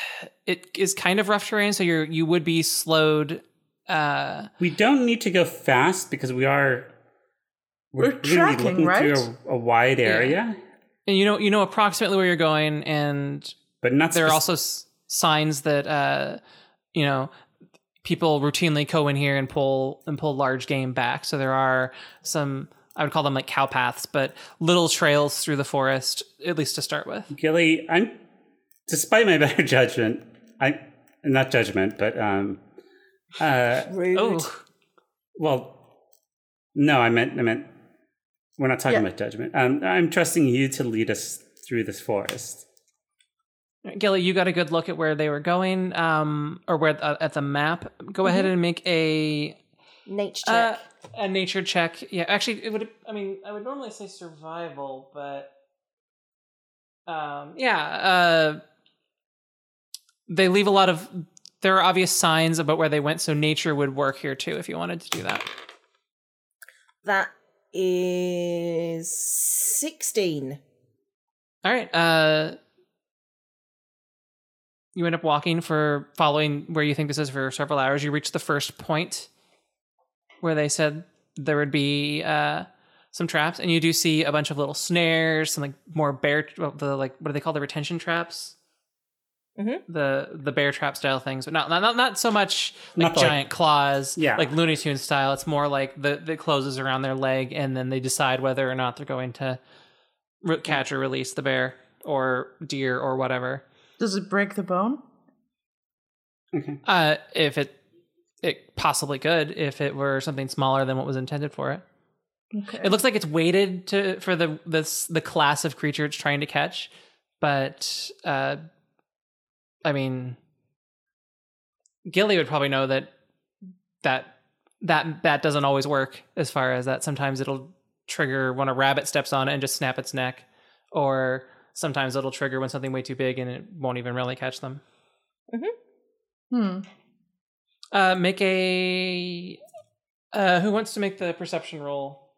S1: It is kind of rough terrain, so you're you would be slowed. Uh,
S4: We don't need to go fast because we are.
S2: We're
S4: gonna be
S2: tracking,
S4: looking
S2: right?
S4: Through a, a wide area,
S1: and you know you know approximately where you're going, and
S4: but not.
S1: there are
S4: spec-
S1: also s- signs that uh, you know people routinely go in here and pull and pull large game back. So there are some I would call them like cow paths, but little trails through the forest, at least to start with.
S4: Gilly, I'm. Despite my (laughs) better judgment, I not judgment, but um, uh,
S3: Rude.
S1: Oh,
S4: well, no, I meant I meant we're not talking
S2: Yeah.
S4: about judgment. Um, I'm trusting you to lead us through this forest.
S1: Gilly, you got a good look at where they were going, um, or where uh, at the map. Go ahead and make a
S3: Nature
S1: uh,
S3: check.
S1: a nature check. Yeah, actually, it would. I mean, I would normally say survival, but um, yeah, uh, they leave a lot of. There are obvious signs about where they went, so nature would work here too if you wanted to do that.
S3: that is sixteen.
S1: All right. Uh, you end up walking for following where you think this is for several hours. You reach the first point where they said there would be uh, some traps, and you do see a bunch of little snares, some like more bear, well, the like what do they call the retention traps?
S3: Mhm.
S1: The the bear trap style things, but not not not, not so much like
S4: Not the, like-
S1: giant claws,
S4: Yeah.
S1: like Looney Tunes style. It's more like the the closes around their leg, and then they decide whether or not they're going to re- catch or release the bear or deer or whatever.
S2: Does it break the bone?
S4: Okay.
S1: Uh, if it it possibly could if it were something smaller than what was intended for it.
S2: Okay.
S1: It looks like it's weighted to for the this the class of creature it's trying to catch, but uh, I mean, Gilly would probably know that that that that doesn't always work as far as that. Sometimes it'll trigger when a rabbit steps on it and just snap its neck, or sometimes it'll trigger when something way too big and it won't even really catch them.
S2: hmm.
S1: Uh, make a. Uh, who wants to make the perception roll?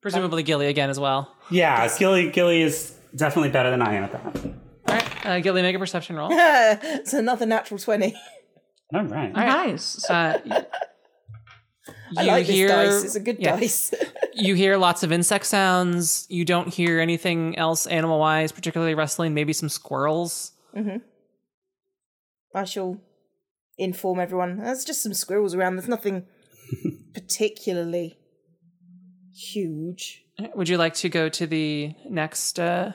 S1: Presumably Gilly again as well.
S4: Yeah, Gilly Gilly is definitely better than I am at that.
S1: All right, uh, Gilly, make a perception
S3: (laughs)
S1: roll.
S3: it's another natural twenty. (laughs)
S4: All right.
S1: All right.
S2: Nice. So
S1: Uh, y-
S3: I
S1: you
S3: like
S1: hear-
S3: this dice. It's a good
S1: yeah.
S3: dice.
S1: (laughs)
S3: (laughs)
S1: you hear lots of insect sounds. You don't hear anything else animal wise, particularly rustling. Maybe some squirrels.
S3: I shall inform everyone. There's just some squirrels around. There's nothing particularly huge.
S1: Would you like to go to the next uh,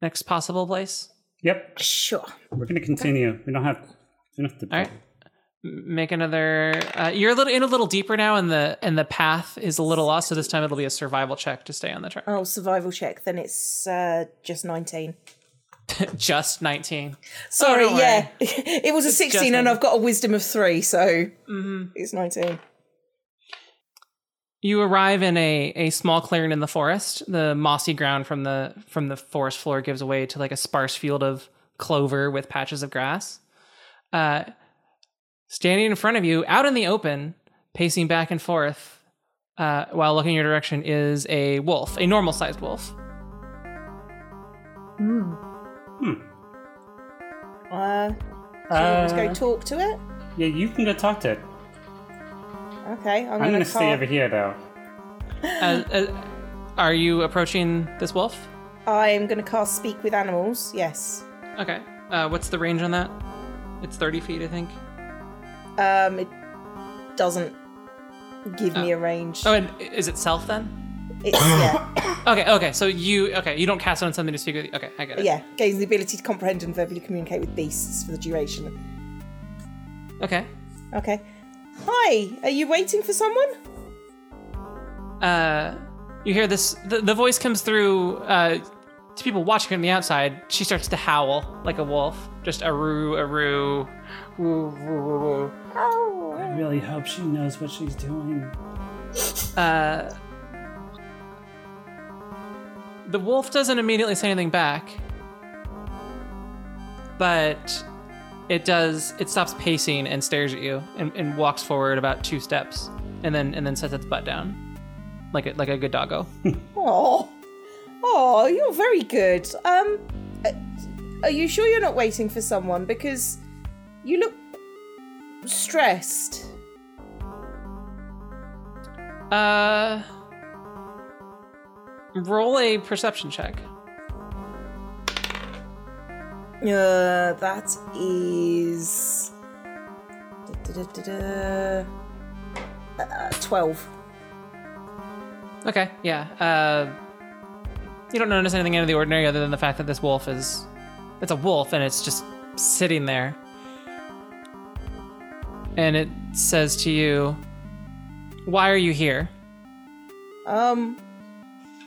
S1: next possible place?
S4: Yep.
S3: Sure.
S4: We're gonna continue. We don't have enough to.
S1: All right. M- Make another. Uh, you're a little in a little deeper now, and the and the path is a little lost. So this time it'll be a survival check to stay on the track.
S3: Oh, survival check. Then it's uh, just 19.
S1: Just 19.
S3: Sorry,
S1: don't
S3: yeah. (laughs) it was a 16 and
S1: 19.
S3: I've got a wisdom of three, so
S1: Mm-hmm.
S3: it's 19.
S1: You arrive in a, a small clearing in the forest. The mossy ground from the from the forest floor gives way to like a sparse field of clover with patches of grass. Uh, standing in front of you, out in the open, pacing back and forth uh, while looking your direction, is a wolf, a normal sized wolf.
S3: Uh, do you want
S4: Uh,
S3: to go talk to it?
S4: yeah, you can go talk to it.
S3: Okay, I'm,
S4: I'm
S3: gonna
S4: gonna stay
S3: cast-
S4: over here though.
S1: Uh, uh, are you approaching this wolf?
S3: I'm gonna cast speak with animals. Yes.
S1: Okay. Uh, what's the range on that? It's 30 feet, I think.
S3: Um, it doesn't give me a range.
S1: Oh, and is it self then?
S3: It's yeah, (coughs)
S1: Okay, okay. So you okay? You don't cast it on something to speak with. Okay, I get it.
S3: yeah. Gains the ability to comprehend and verbally communicate with beasts for the duration.
S1: Okay.
S3: Okay. Hi, are you waiting for someone?
S1: Uh, you hear this? The, the voice comes through uh, to people watching from the outside. She starts to howl like a wolf, just a roo a roo, woo woo woo woo.
S4: I really hope she knows what she's doing.
S1: Uh, the wolf doesn't immediately say anything back, but it does. It stops pacing and stares at you, and, and walks forward about two steps, and then and then sets its butt down, like a, like a good doggo.
S3: Oh, oh, you're very good. Um, uh, are you sure you're not waiting for someone? Because you look stressed.
S1: Uh, roll a perception check.
S3: Uh, that is. da-da-da-da-da, Uh, 12.
S1: Okay, yeah. Uh, you don't notice anything out of the ordinary other than the fact that this wolf is. It's a wolf and it's just sitting there. And it says to you, Why are you here?
S3: Um,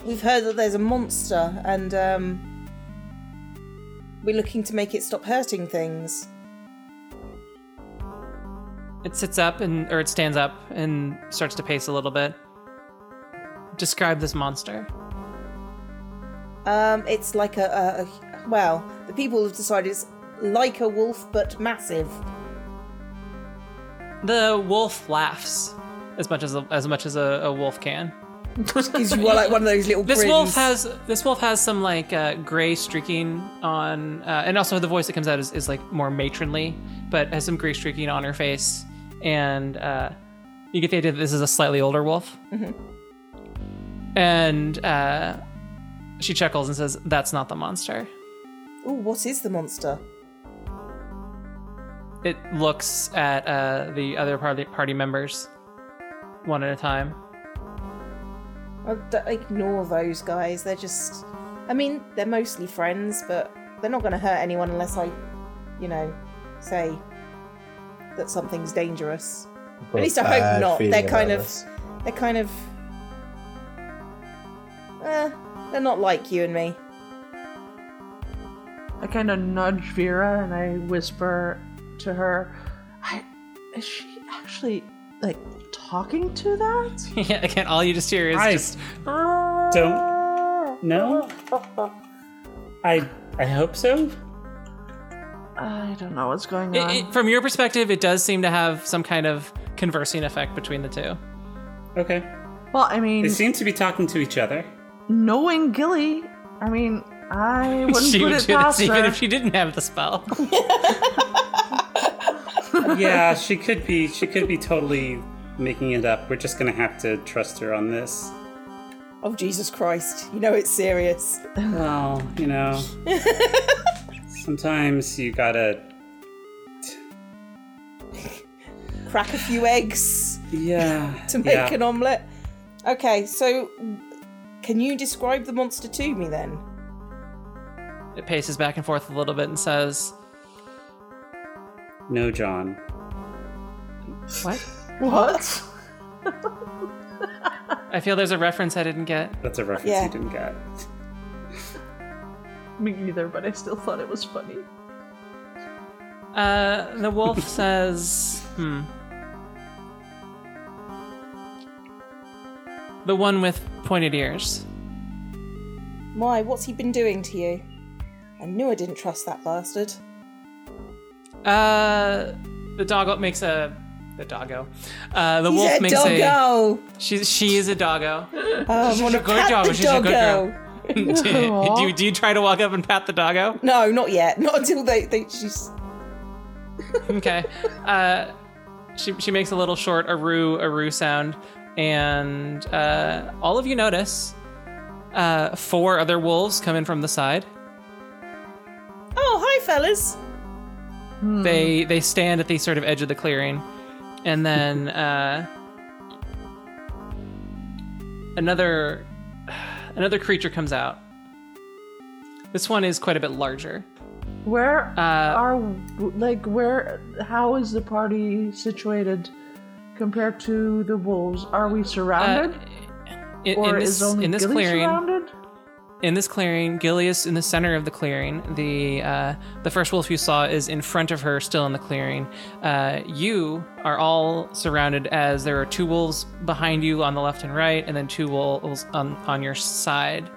S3: we've heard that there's a monster, and um, we're looking to make it stop hurting things.
S1: It sits up and. or it stands up and starts to pace a little bit. Describe this monster.
S3: Um, it's like a, a, a well, the people have decided it's like a wolf
S1: (laughs)
S3: but massive.
S1: The wolf laughs as much as a, as much as a, a wolf can.
S3: (laughs) Gives you like one of those little.
S1: This wolf has this wolf has some like uh, gray streaking on, uh, and also the voice that comes out is, is like more matronly, but has some gray streaking on her face, and uh, you get the idea that this is a slightly older wolf. And uh, she chuckles and says, "That's not the monster.
S3: Ooh, what is the monster?
S1: It looks at uh, the other party party members, one at a time. (laughs)
S3: I d- ignore those guys. They're just. I mean, they're mostly friends, but they're not going to hurt anyone unless I, you know, say that something's dangerous. At least I hope not. They're kind of. They're kind of. Eh, they're not like you and me.
S2: I kind of nudge Vera and I whisper to her, I, "Is she actually like talking to that?"
S1: yeah, again, all you just hear is
S4: I
S1: just
S4: don't know. I I hope so.
S2: Uh, I don't know what's going
S1: It-
S2: on.
S1: it- from your perspective, it does seem to have some kind of conversing effect between the two.
S4: Okay.
S2: well, I mean,
S4: They seem to be talking to each other.
S2: knowing Gilly, I mean,
S1: (laughs)
S2: I (laughs) wouldn't
S1: she
S2: put
S1: would
S2: it
S1: do
S2: past
S1: this
S2: her.
S1: even if she didn't have the spell. (laughs) (laughs)
S4: yeah, she could be. She could be totally making it up. We're just gonna have to trust her on this.
S3: Oh, Jesus Christ. You know it's serious.
S4: Well, you
S1: (laughs)
S4: know, sometimes you gotta.
S3: Crack a few eggs
S4: Yeah.
S3: to make
S4: yeah.
S3: an omelette. Okay, so can you describe the monster to me then?
S1: It paces back and forth a little bit and says,
S4: No, John.
S1: "What?
S2: what?
S1: I feel there's a reference I didn't get."
S4: That's a reference
S3: Yeah.
S4: you didn't get.
S2: Me either, but I still thought it was funny.
S1: Uh, the
S2: (laughs)
S1: wolf says, "Hmm." The one with pointed ears.
S3: My, what's he been doing to you? I knew I didn't trust that bastard.
S1: Uh, the doggo makes a. The doggo. Uh, the
S3: He's
S1: wolf
S3: a
S1: makes a.
S3: doggo.
S1: She's she is a doggo. (laughs)
S3: Oh, I want to
S1: a good
S3: pat
S1: dog,
S3: the
S1: she's a good
S3: doggo.
S2: (laughs)
S1: do, you, do you try to walk up and pat the doggo?
S3: (laughs) No, not yet. Not until they, they she's
S1: Okay. Uh, she, she makes a little short aru aru sound, and uh, all of you notice uh, four other wolves come in from the side.
S3: Oh, hi, fellas.
S2: Hmm.
S1: They they stand at the sort of edge of the clearing, and then uh, another another creature comes out. This one is quite a bit larger.
S2: Where
S1: Uh,
S2: are like where? How is the party situated compared to the wolves? Are we surrounded,
S1: uh, in, in
S2: or
S1: this,
S2: is only
S1: in this
S2: Gilly
S1: clearing,
S2: surrounded?
S1: in this clearing, Gilly is in the center of the clearing. The uh, the first wolf you saw is in front of her, still in the clearing. Uh, you are all surrounded as there are two wolves behind you on the left and right, and then two wolves on, on your side,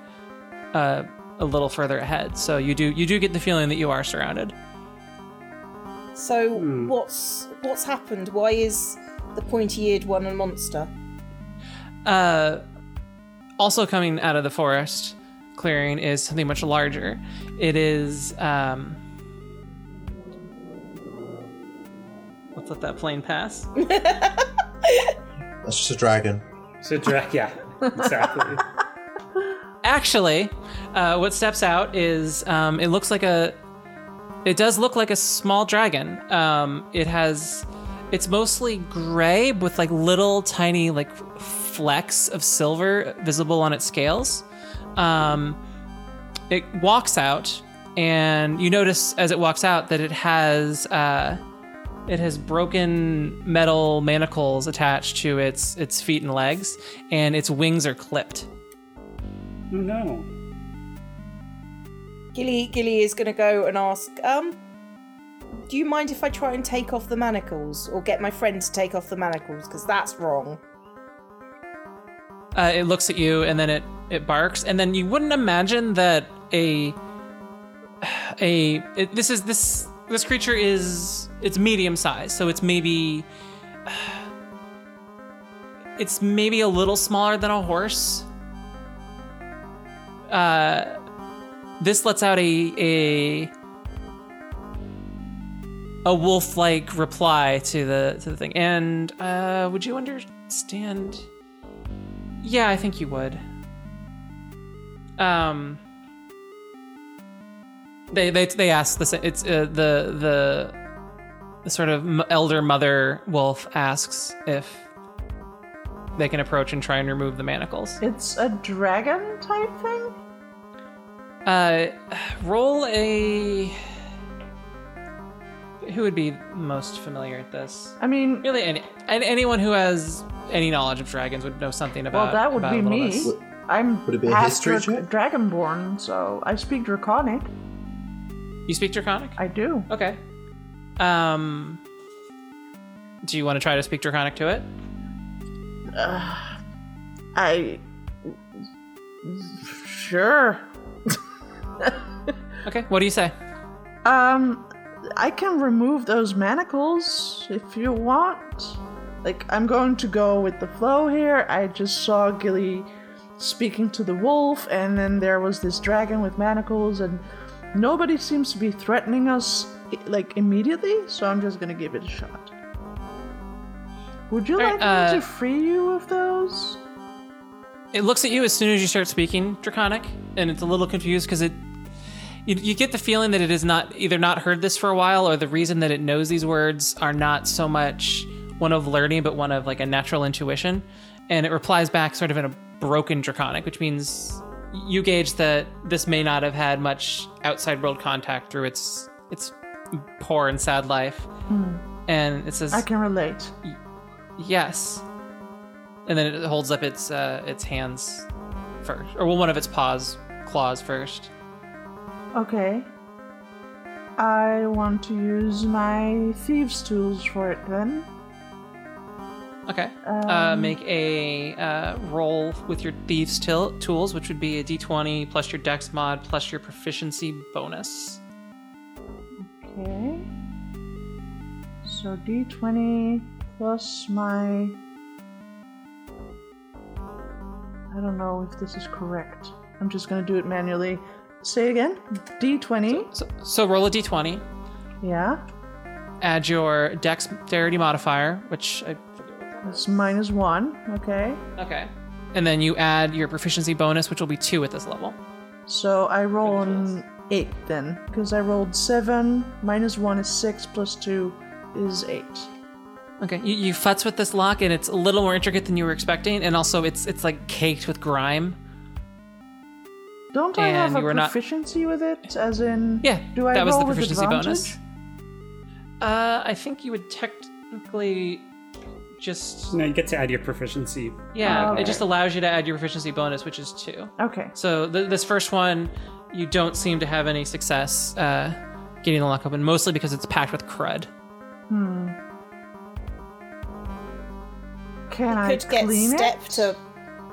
S1: uh, a little further ahead. So you do you do get the feeling that you are surrounded.
S3: So
S4: Hmm.
S3: what's what's happened? Why is the pointy-eared one a monster?
S1: Uh, also coming out of the forest clearing is something much larger. It is um. Let's let that plane pass.
S6: That's just a dragon.
S4: So, dra- yeah,
S1: (laughs)
S4: exactly. Oh,
S1: Actually, uh, what steps out is um, it looks like a. It does look like a small dragon. Um, it has. It's mostly gray with like little tiny like flecks of silver visible on its scales. Um, it walks out, and you notice as it walks out that it has. Uh, it has broken metal manacles attached to its its feet and legs, and its wings are clipped.
S4: Oh, no.
S3: Gilly Gilly is gonna go and ask, um, do you mind if I try and take off the manacles or get my friend to take off the manacles? Because that's wrong.
S1: uh, it looks at you and then it it barks and then you wouldn't imagine that a (sighs) a it, this is this this creature is it's medium size so it's maybe (sighs) it's maybe a little smaller than a horse uh this lets out a a a wolf-like reply to the to the thing and uh would you understand yeah, I think you would. Um, they they they asked the sa- it's uh, the the the sort of m- elder mother wolf asks if they can approach and try and remove the manacles.
S2: It's a dragon type thing.
S1: Uh, (sighs) roll a. Who would be most familiar at this?
S2: I mean,
S1: Really, any and anyone who has any knowledge of dragons would know something
S2: well,
S1: about.
S2: that would
S1: about
S2: be
S1: a little
S2: me.
S1: bit.
S6: Would-
S2: I'm
S6: would it be a
S2: half
S6: history
S2: Dra-
S6: check?
S2: dragonborn, so I speak Draconic.
S1: You speak Draconic.
S2: I do.
S1: Okay. Um, do you want to try to speak Draconic to it? Uh,
S2: (sighs) I sure.
S1: Okay. What do you say?
S2: Um, I can remove those manacles if you want. Like, I'm going to go with the flow here. I just saw Gilly speaking to the wolf, and then there was this dragon with manacles, and nobody seems to be threatening us like immediately. So I'm just gonna give it a shot. Would you
S1: Alright,
S2: like
S1: uh,
S2: me to free you of those?
S1: It looks at you as soon as you start speaking Draconic, and it's a little confused because it. You, you get the feeling that it has not either not heard this for a while, or the reason that it knows these words are not so much one of learning, but one of like a natural intuition. And it replies back sort of in a broken Draconic, which means you gauge that this may not have had much outside world contact through its its poor and sad life. And it says,
S2: I can relate.
S1: Yes. And then it holds up its uh, its hands first, or well, one of its paws, claws first.
S2: Okay. I want to use my thieves' tools for it then.
S1: Okay. uh,
S2: Um,
S1: make a uh, roll with your thieves' til- tools, which would be a d20 plus your dex mod plus your proficiency bonus.
S2: Okay. So d20 plus my. I don't know if this is correct. I'm just gonna do it manually. Say again. D20.
S1: So, so roll a d20
S2: Yeah.
S1: add your dexterity modifier, which I forget what that
S2: It's minus one, okay?
S1: is. Okay. And then you add your proficiency bonus, which will be two at this level.
S2: So I roll
S1: Ridiculous.
S2: an eight then, because I rolled seven, minus one is six, plus two is eight.
S1: Okay, you, you futz with this lock, and it's a little more intricate than you were expecting, and also it's it's like caked with grime.
S2: Don't I
S1: And
S2: have a
S1: you were not-
S2: proficiency with it? As in,
S1: Yeah,
S2: do I
S1: that was
S2: roll
S1: the
S2: with
S1: proficiency bonus.
S2: advantage?
S1: Uh, I think you would technically just
S4: No, you get to add your proficiency.
S1: yeah,
S2: Oh, okay.
S1: it just allows you to add your proficiency bonus, which is two.
S2: Okay.
S1: So th- this first one, you don't seem to have any success uh, getting the lock open, mostly because it's packed with crud.
S2: Hmm. Can I
S3: could get
S2: clean
S3: step
S2: it?
S3: to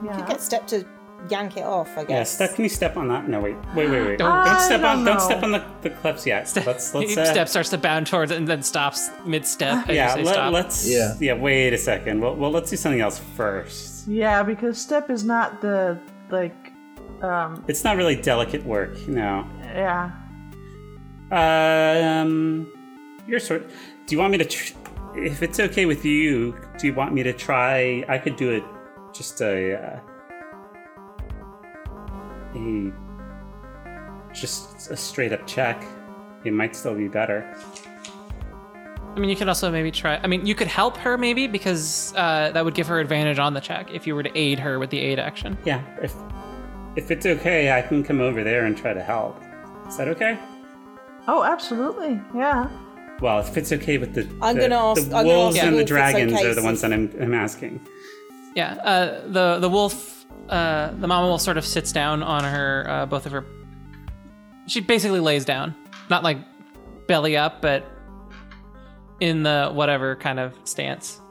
S2: Yeah.
S3: could get step to yank it off. I
S4: Yeah,
S3: guess.
S4: Steph, can you step on that? No, wait, wait, wait, wait.
S1: (gasps) Don't-
S2: I
S4: step on.
S2: don't
S4: Don't
S2: know.
S4: step on the, the cliffs yet. let's let's uh,
S1: step starts to bound towards it and then stops mid-step. as you
S4: Yeah,
S1: say
S4: let,
S1: stop.
S4: let's. Yeah.
S6: Yeah.
S4: wait a second. Well, well, let's do something else first.
S2: Yeah, because step is not the like, um,
S4: It's not really delicate work, you know.
S2: yeah.
S4: Um, you're sort. Do you want me to? Tr- if it's okay with you, do you want me to try? I could do it. Just a. Uh, a. Just a straight up check. It might still be better.
S1: I mean, you could also maybe try. I mean, you could help her maybe because uh, that would give her advantage on the check if you were to aid her with the aid action.
S4: Yeah. If if it's okay, I can come over there and try to help. Is that okay?
S2: Oh, absolutely. Yeah.
S4: Well, if it's okay with the,
S3: I'm
S4: the,
S3: gonna ask-
S4: the
S3: I'm gonna
S4: wolves
S3: ask
S4: and the
S3: Wolf if it's
S4: dragons
S3: okay
S4: are the ones that
S3: since-
S4: I'm, I'm asking.
S1: Yeah. Uh, the the wolf, uh, the mama wolf, sort of sits down on her uh, both of her. She basically lays down, not like belly up, but in the whatever kind of stance.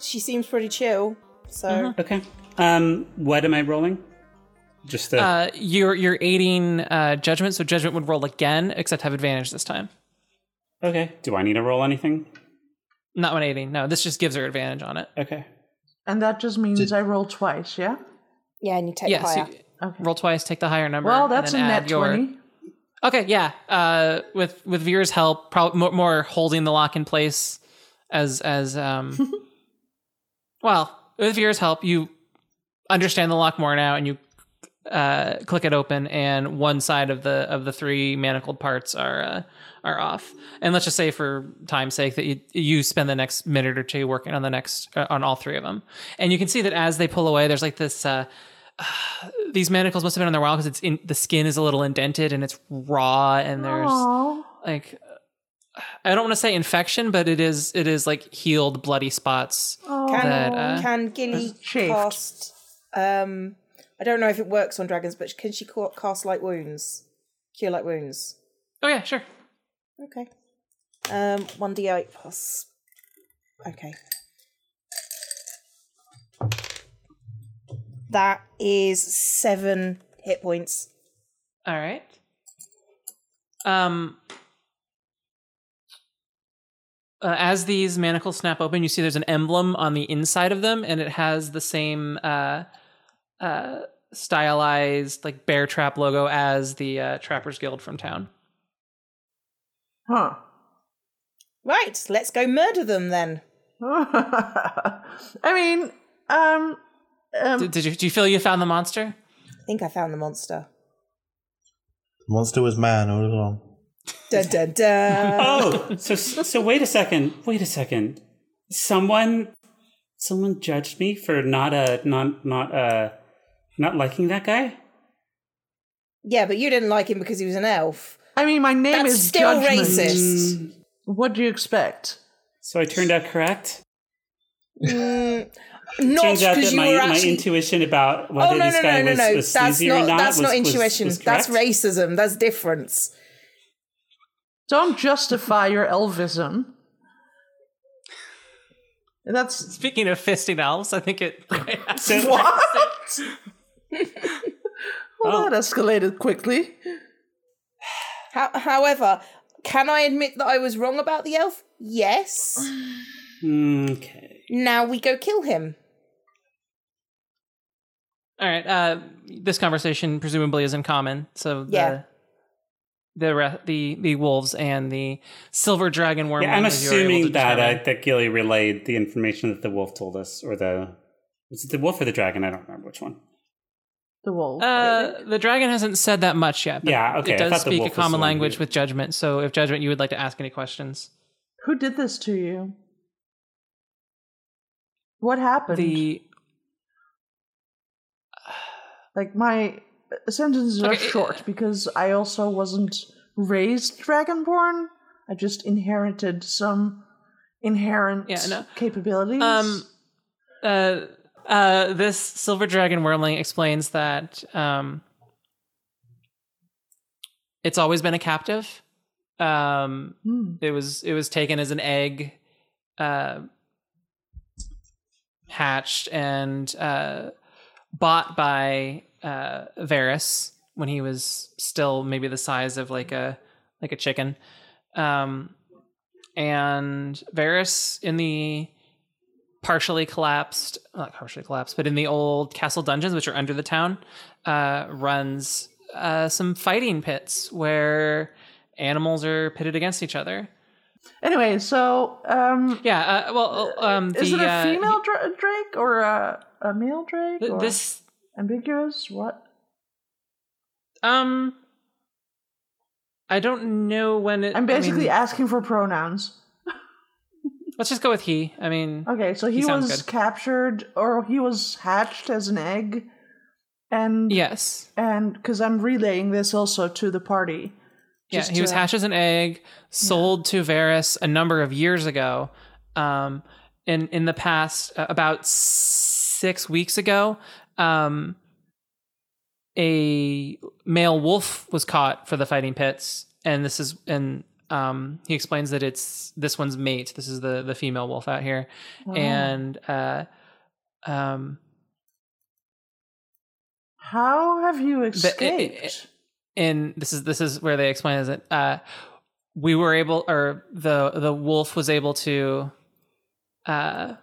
S3: She seems pretty chill. So
S2: Uh-huh.
S4: Okay. Um, what am I rolling? Just the
S1: Uh, you're you're aiding uh, judgment, so judgment would roll again, except have advantage this time.
S4: okay. Do I need to roll anything?
S1: Not when aiding. No, this just gives her advantage on it.
S4: Okay.
S2: And that just means I roll twice. Yeah.
S3: yeah, and you take
S1: yes.
S3: higher.
S1: you-
S2: Oh, Okay.
S1: roll twice, take the higher number.
S2: Well,
S1: and
S2: that's a
S1: then
S2: net
S1: add your-
S2: twenty.
S1: Okay, yeah. Uh, with with Vera's help, probably more, more holding the lock in place as as um. well, with Vera's help, you understand the lock more now, and you uh, click it open, and one side of the of the three manacled parts are uh, are off. And let's just say, for time's sake, that you you spend the next minute or two working on the next uh, on all three of them, and you can see that as they pull away, there's like this. Uh, these manacles must have been on there a while because it's in the skin is a little indented and it's raw and there's
S2: Aw.
S1: like I don't want to say infection, but it is it is like healed bloody spots.
S2: Aw.
S3: Can,
S1: That, uh,
S3: can Gilly
S2: That's chafed.
S3: cast? Um, I don't know if it works on dragons, but can she ca- cast light wounds, cure light wounds?
S1: Oh yeah, sure.
S3: Okay. Um, one d eight plus. Okay. That is seven hit points.
S1: All right. Um. uh, as these manacles snap open, you see there's an emblem on the inside of them, and it has the same uh, uh, stylized like bear trap logo as the uh, Trappers Guild from town.
S2: Huh. (laughs)
S3: Right, let's go murder them then.
S2: I mean, um, um,
S1: Did, did you do you feel you found the monster?
S3: I think I found the monster.
S6: Monster was man all along.
S3: Dun dun
S4: (laughs)
S3: dun.
S4: Oh, so so wait a second. Wait a second. Someone someone judged me for not uh not not uh not liking that guy.
S3: yeah, but you didn't like him because he was an elf.
S2: I mean, my name
S3: That's
S2: is
S3: still
S2: Judgment.
S3: racist.
S4: Mm,
S2: What do you expect?
S4: so I turned out correct.
S3: Mm, not
S4: Turns out that
S3: because you
S4: my,
S3: were
S4: my
S3: actually.
S4: intuition about whether
S3: oh no
S4: this
S3: no
S4: guy
S3: no no
S4: was,
S3: no!
S4: was
S3: that's
S4: sleazy or
S3: not,
S4: not
S3: that's
S4: was,
S3: not
S4: was-
S3: intuition.
S4: was
S3: that's
S4: correct.
S3: racism. That's difference.
S2: Don't justify your elvism. That's (laughs)
S1: Speaking of fisting elves, I think
S4: (laughs)
S1: it.
S4: So-
S2: what? well,
S4: Oh.
S2: that escalated quickly.
S3: How, however, can I admit that I was wrong about the elf? Yes.
S4: mm, Okay.
S3: Now we go kill him.
S1: All right. Uh, this conversation presumably is in common, so the,
S3: Yeah.
S1: the re- the the wolves and the silver dragon worm.
S4: Yeah, I'm
S1: as you were able to
S4: assuming that
S1: determine.
S4: uh, that Gilly relayed the information that the wolf told us, or the was it the wolf or the dragon? I don't remember which one.
S2: The wolf.
S1: Uh, the dragon hasn't said that much yet. But
S4: Yeah, okay,
S1: It
S4: I
S1: does
S4: thought the
S1: speak a
S4: wolf was the
S1: common
S4: one
S1: language
S4: who-
S1: with judgment. So, if judgment, you would like to ask any questions,
S2: Who did this to you? What happened?
S1: the
S2: like my sentences are
S1: Okay, uh, it-
S2: short because I also wasn't raised dragonborn. I just inherited some inherent
S1: Yeah, no.
S2: capabilities.
S1: Um, uh, uh, this silver dragon wormling explains that um, it's always been a captive. Um,
S2: Hmm.
S1: it was it was taken as an egg, uh, hatched and uh, bought by uh, Varus when he was still maybe the size of like a like a chicken. Um, and Varus in the partially collapsed, not partially collapsed, but in the old castle dungeons, which are under the town, uh, runs uh, some fighting pits where animals are pitted against each other.
S2: Anyway, so um,
S1: Yeah. Uh, well, uh, um, the,
S2: is it a
S1: uh,
S2: female dra- drake or a, a male drake?
S1: th-
S2: or
S1: this
S2: ambiguous. What?
S1: um, I don't know when it.
S2: I'm
S1: I mean,
S2: basically asking for pronouns.
S1: let's just go with he. I mean,
S2: Okay, so
S1: He
S2: he,
S1: sounds
S2: was
S1: good.
S2: captured, or he was hatched as an egg, and
S1: yes.
S2: and because I'm relaying this also to the party.
S1: Yeah,
S2: just
S1: he was
S2: to-
S1: hatched as an egg, sold to Varus a number of years ago. Um, in in the past, uh, about six weeks ago, um, a male wolf was caught for the fighting pits, and this is and um, he explains that it's this one's mate. This is the the female wolf out here, and uh, um,
S2: How have you escaped?
S1: and this is this is where they explain is it uh we were able or the the wolf was able to uh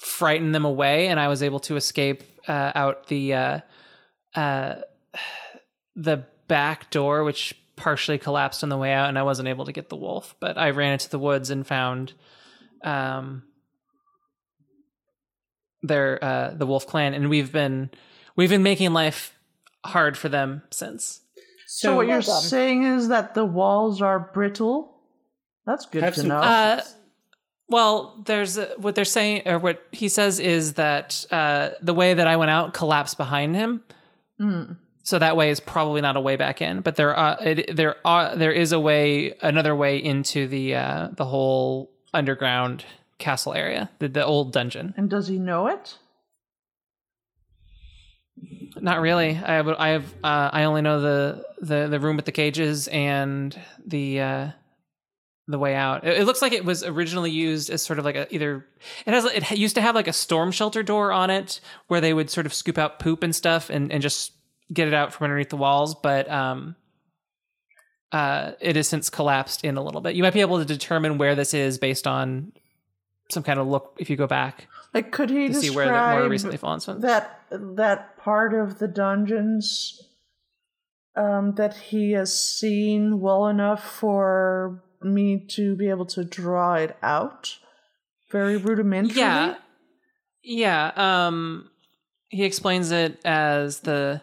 S1: frighten them away and i was able to escape uh out the uh uh the back door which partially collapsed on the way out and i wasn't able to get the wolf but i ran into the woods and found um their uh the wolf clan and we've been we've been making life hard for them since.
S2: so, what you're saying is that the walls are brittle. That's good
S4: Have
S2: to
S4: some-
S2: know.
S1: Uh, well, there's a, what they're saying, or what he says is that uh, the way that I went out collapsed behind him,
S2: Mm.
S1: so that way is probably not a way back in. But there are it, there are there is a way, another way into the uh, the whole underground castle area, the, the old dungeon.
S2: And does he know it?
S1: Not really. I have I have uh, I only know the, the the room with the cages and the uh, the way out. It, it looks like it was originally used as sort of like a either it has it used to have like a storm shelter door on it where they would sort of scoop out poop and stuff and and just get it out from underneath the walls, but um uh it has since collapsed in a little bit. You might be able to determine where this is based on some kind of look if you go back
S2: Like, could he
S1: to see
S2: describe
S1: where the more recently fallen ones.
S2: that that part of the dungeons um, that he has seen well enough for me to be able to draw it out very rudimentarily?
S1: Yeah. Yeah. Um he explains it as the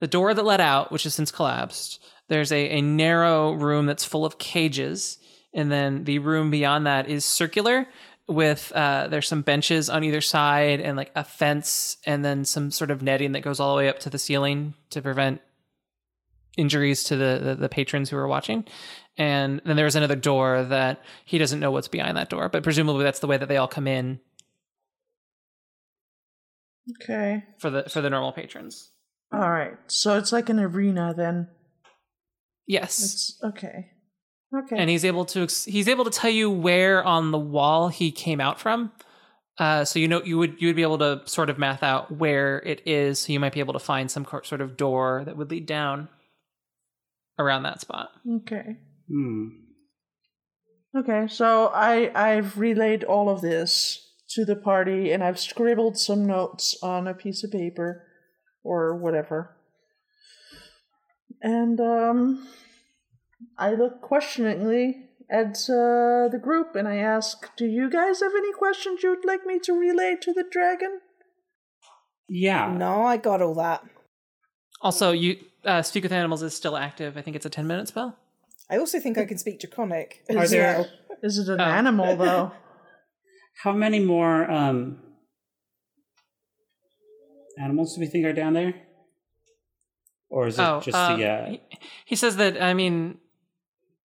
S1: the door that led out, which has since collapsed. There's a, a narrow room that's full of cages, and then the room beyond that is circular with uh there's some benches on either side and like a fence and then some sort of netting that goes all the way up to the ceiling to prevent injuries to the the, the patrons who are watching. And then there's another door that he doesn't know what's behind that door, but presumably that's the way that they all come in
S2: Okay.
S1: for the for the normal patrons.
S2: All right. So it's like an arena then.
S1: Yes.
S2: It's okay. Okay.
S1: And he's able to ex- he's able to tell you where on the wall he came out from. Uh, so you know you would you would be able to sort of math out where it is. So you might be able to find some cor- sort of door that would lead down around that spot.
S2: okay.
S4: Hmm.
S2: Okay, so I I've relayed all of this to the party, and I've scribbled some notes on a piece of paper, or whatever. And um, I look questioningly at uh, the group and I ask, Do you guys have any questions you'd like me to relay to the dragon?
S4: Yeah.
S3: No, I got all that.
S1: Also, you uh, speak with animals is still active. I think it's a ten minute spell.
S3: I also think I can speak Draconic.
S4: Are
S3: as
S4: there-
S3: well.
S2: Is it an
S1: Oh.
S4: (laughs)
S2: animal, though?
S4: How many more um, animals do we think are down there? Or is it
S1: oh,
S4: just
S1: uh,
S4: the. Uh,
S1: he, he says that. I mean,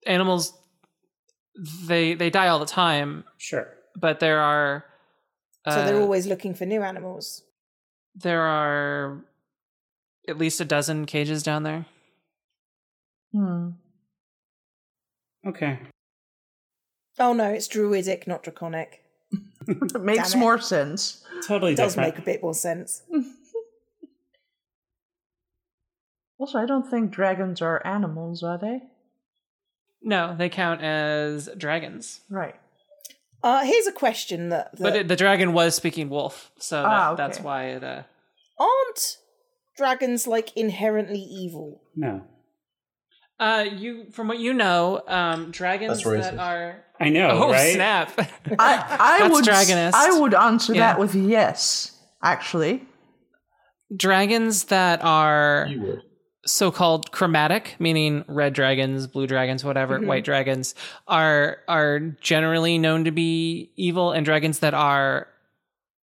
S1: animals they they die all the time,
S4: sure.
S1: but there are
S3: so they're
S1: uh,
S3: always looking for new animals.
S1: there are at least a dozen cages down there.
S2: hmm.
S4: Okay.
S3: Oh no, it's druidic, not draconic.
S2: It makes
S3: Damn it.
S2: more sense.
S4: Totally
S3: It does
S4: different.
S3: make a bit more sense.
S2: Also, I don't think dragons are animals, are they?
S1: No, they count as dragons.
S2: Right.
S3: Uh, here's a question that, that
S1: But it, the dragon was speaking wolf, so that,
S2: Ah, okay.
S1: that's why it. Uh,
S3: aren't dragons like inherently evil?
S4: no.
S1: uh, you from what you know, um, dragons
S6: That's
S1: that
S6: racist.
S1: are.
S4: I know,
S1: (laughs) Oh,
S4: right?
S1: snap!
S2: I, I
S1: That's
S2: would
S1: dragonist.
S2: I would answer
S1: Yeah.
S2: that with yes, actually.
S1: dragons that are
S6: You would.
S1: so-called chromatic, meaning red dragons, blue dragons, whatever,
S6: Mm-hmm.
S1: white dragons are are generally known to be evil, and dragons that are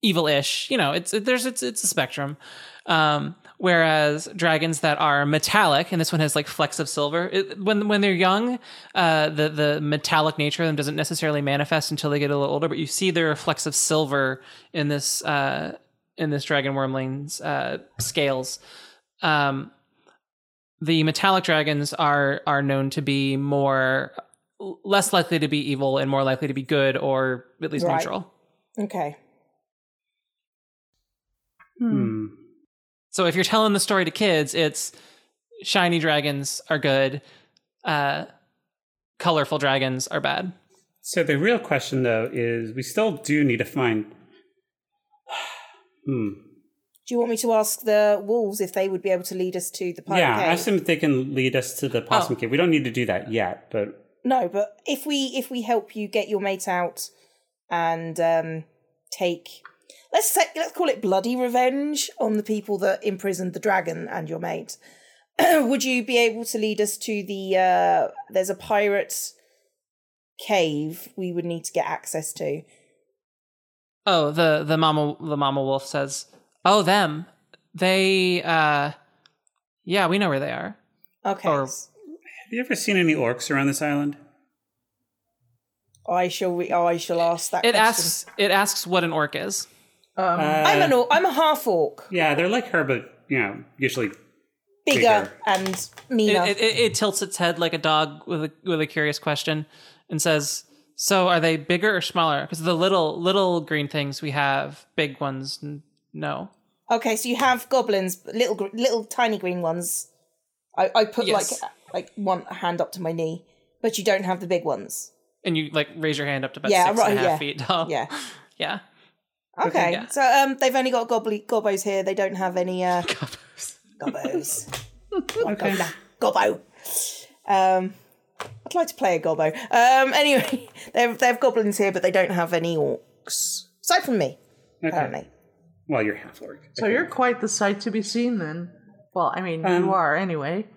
S1: evil-ish, you know, it's it, there's it's it's a spectrum. Um, whereas dragons that are metallic, and this one has like flecks of silver. It, when when they're young, uh, the the metallic nature of them doesn't necessarily manifest until they get a little older. But you see there are flecks of silver in this uh, in this dragon wormling's uh, scales. Um, the metallic dragons are are known to be more less likely to be evil and more likely to be good or at least
S3: Right.
S1: neutral.
S3: Okay.
S2: Um,
S4: Hmm.
S1: So if you're telling the story to kids, it's shiny dragons are good, uh, colorful dragons are bad.
S4: So the real question, though, is we still do need to find. (sighs) hmm.
S3: Do you want me to ask the wolves if they would be able to lead us to the pirate
S4: Yeah,
S3: cave?
S4: ask them if they can lead us to the possum
S1: Oh.
S4: cave. We don't need to do that yet, but
S3: No, but if we if we help you get your mate out and um take let's say let's call it bloody revenge on the people that imprisoned the dragon and your mate. (clears throat) Would you be able to lead us to the uh there's a pirate cave we would need to get access to.
S1: Oh, the the mama the mama wolf says, "Oh, them. They uh yeah, we know where they are."
S3: Okay.
S1: Or-
S4: have you ever seen any orcs around this island?
S3: I shall re- I shall ask that
S1: It
S3: question.
S1: asks it asks what an orc is.
S2: Um,
S4: Uh,
S3: I'm an orc, I'm a half orc.
S4: Yeah, they're like her, but you know, usually
S3: Bigger,
S4: Bigger.
S3: and
S1: It,
S3: meaner.
S1: it, it, it tilts its head like a dog with a with a curious question and says, "So are they bigger or smaller? Because the little little green things we have, big ones, n- no."
S3: Okay, so you have goblins, little gr- little tiny green ones. I, I put
S1: Yes.
S3: like like one hand up to my knee, but you don't have the big ones.
S1: And you like raise your hand up to about
S3: Yeah,
S1: six and a
S3: right,
S1: half
S3: yeah.
S1: feet tall. (laughs)
S3: Yeah.
S1: yeah.
S3: Okay.
S1: yeah.
S3: So um, they've only got gobbly gobbos here. They don't have any uh gobbos.
S4: (laughs) okay.
S3: Gobbo. Um, I'd like to play a gobbo. Um, anyway, (laughs) they've they've goblins here, but they don't have any orcs aside from me.
S4: okay.
S3: Apparently,
S4: Well, you're half orc.
S2: so you're quite the sight to be seen then. Well, I mean,
S4: Um,
S2: you are anyway.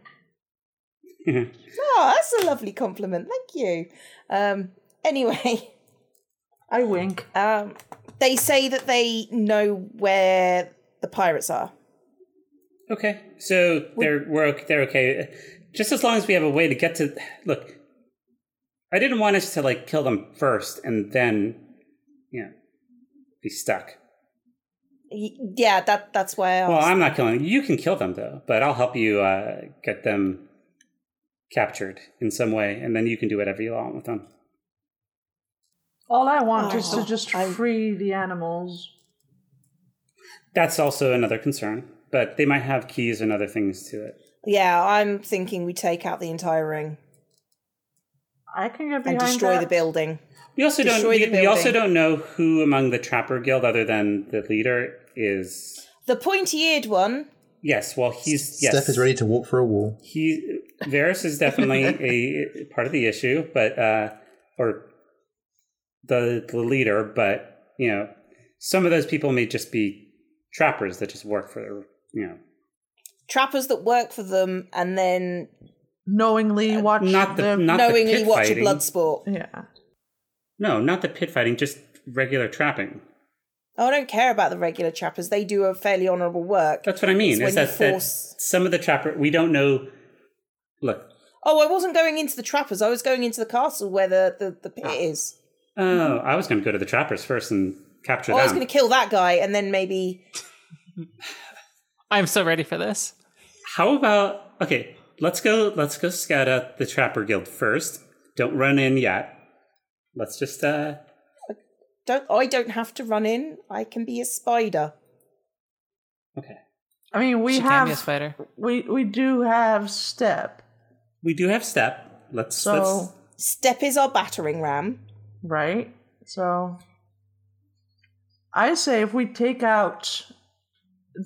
S3: oh, that's a lovely compliment. Thank you. Um, anyway. (laughs)
S2: I wink.
S3: Um, they say that they know where the pirates are.
S4: Okay, so they're we're okay, they're okay, just as long as we have a way to get to. Look, I didn't want us to like kill them first and then, you know, be stuck.
S3: Y- Yeah, that that's why I asked.
S4: Well, I'm not killing. You can kill them though, but I'll help you uh, get them captured in some way, and then you can do whatever you want with them.
S2: All I want
S3: Oh,
S2: is to just
S3: I-
S2: free the animals.
S4: That's also another concern, but they might have keys and other things to it.
S3: yeah, I'm thinking we take out the entire ring
S2: I can get
S3: and
S2: behind
S3: destroy
S2: that.
S3: the building.
S4: We also don't.
S3: Destroy
S4: We,
S3: the
S4: we also
S3: building.
S4: don't know who among the Trapper Guild, other than the leader, is.
S3: The pointy-eared one.
S4: Yes. Well, he's yes.
S6: Steph is ready to walk through a wall.
S4: He Varus
S3: (laughs)
S4: is definitely a part of the issue, but uh, or the the leader, but you know, some of those people may just be trappers that just work for you know,
S3: Trappers that work for them and then
S2: Knowingly watch
S4: not the
S2: them.
S4: not the
S3: knowingly
S4: pit
S3: watch
S4: fighting.
S3: a blood sport.
S2: yeah.
S4: No, not the pit fighting, just regular trapping.
S3: Oh, I don't care about the regular trappers. They do a fairly honourable work.
S4: That's what I mean.
S3: It's
S4: Is
S3: when you
S4: that, that
S3: force-
S4: some of the trapper we don't know. Look,
S3: Oh, I wasn't going into the trappers. I was going into the castle where the, the, the
S4: Ah,
S3: pit is.
S4: oh, I was going to go to the trappers first and capture
S3: Oh, I was
S4: them.
S3: going to kill that guy and then maybe.
S1: I'm so ready for this.
S4: How about okay? Let's go. Let's go scout out the Trapper Guild first. Don't run in yet. Let's just. uh
S3: Don't I don't have to run in. I can be a spider.
S4: Okay.
S2: I mean, we
S1: she can be a
S2: have
S1: spider.
S2: we we do have step
S4: We do have step. Let's.
S2: So-
S3: Step is our battering ram.
S2: right. So I say if we take out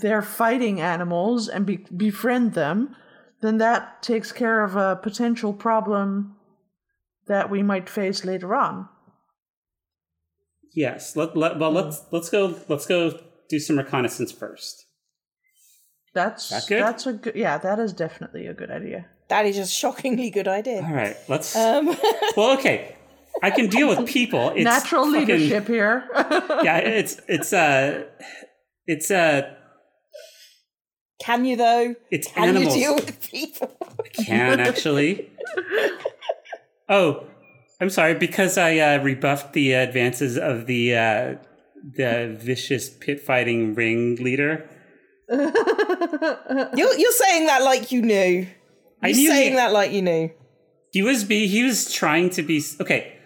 S2: their fighting animals and be- befriend them, then that takes care of a potential problem that we might face later on.
S4: let's yes. Let, let, well, let's
S2: Hmm.
S4: let's go. Let's go do some reconnaissance first.
S2: That's
S4: That good?
S2: that's a good yeah. That is definitely a good idea.
S3: That is a shockingly good idea.
S4: All right. Let's.
S2: Uh, (laughs)
S3: Um, (laughs)
S4: well, okay. I can deal with people. It's
S2: Natural
S4: fucking-
S2: leadership here.
S4: (laughs)
S2: (laughs)
S4: Yeah. It's it's uh it's uh
S3: can you though?
S4: it's
S3: Can
S4: animals.
S3: you deal with people? (laughs)
S4: can actually. Oh, I'm sorry because I uh, rebuffed the advances of the uh, the vicious pit fighting ring leader.
S3: You're you're saying that like you knew.
S4: I
S3: You're
S4: knew
S3: saying
S4: he,
S3: that like you knew.
S4: he was be he was trying to be okay.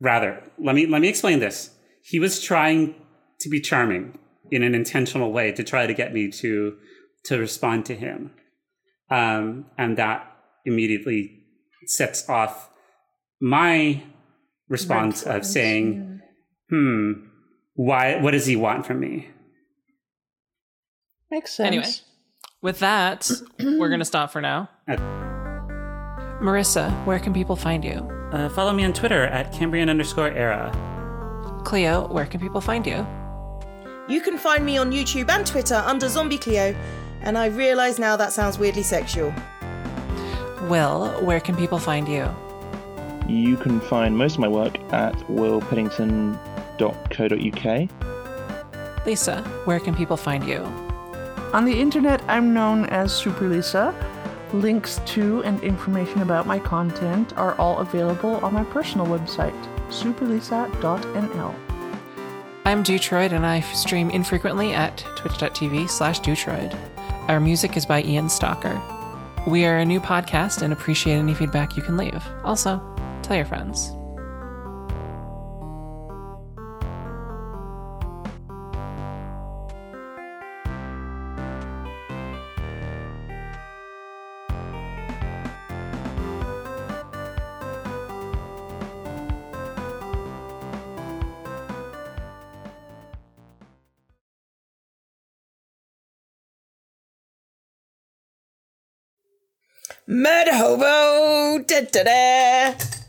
S4: Rather, let me let me explain this. He was trying to be charming in an intentional way to try to get me to to respond to him, um, and that immediately sets off my response of saying. hmm, why? What does he want from me?
S2: Makes sense.
S1: Anyway. With that, we're going to stop for now.
S4: Uh,
S1: Marissa, where can people find you?
S4: Uh, follow me on Twitter at Cambrian underscore era.
S1: Cleo, where can people find you?
S3: You can find me on YouTube and Twitter under Zombie Cleo, and I realise now that sounds weirdly sexual.
S1: Will, where can people find you?
S5: You can find most of my work at willpennington.co.uk.
S1: Lisa, where can people find you?
S2: On the internet, I'm known as Super Lisa. Links to and information about my content are all available on my personal website, superlisa.nl.
S1: I'm Dutroid and I stream infrequently at twitch.tv slash Dutroid. Our music is by Ian Stalker. We are a new podcast and appreciate any feedback you can leave. Also, tell your friends.
S3: Murder hobo! Da da da!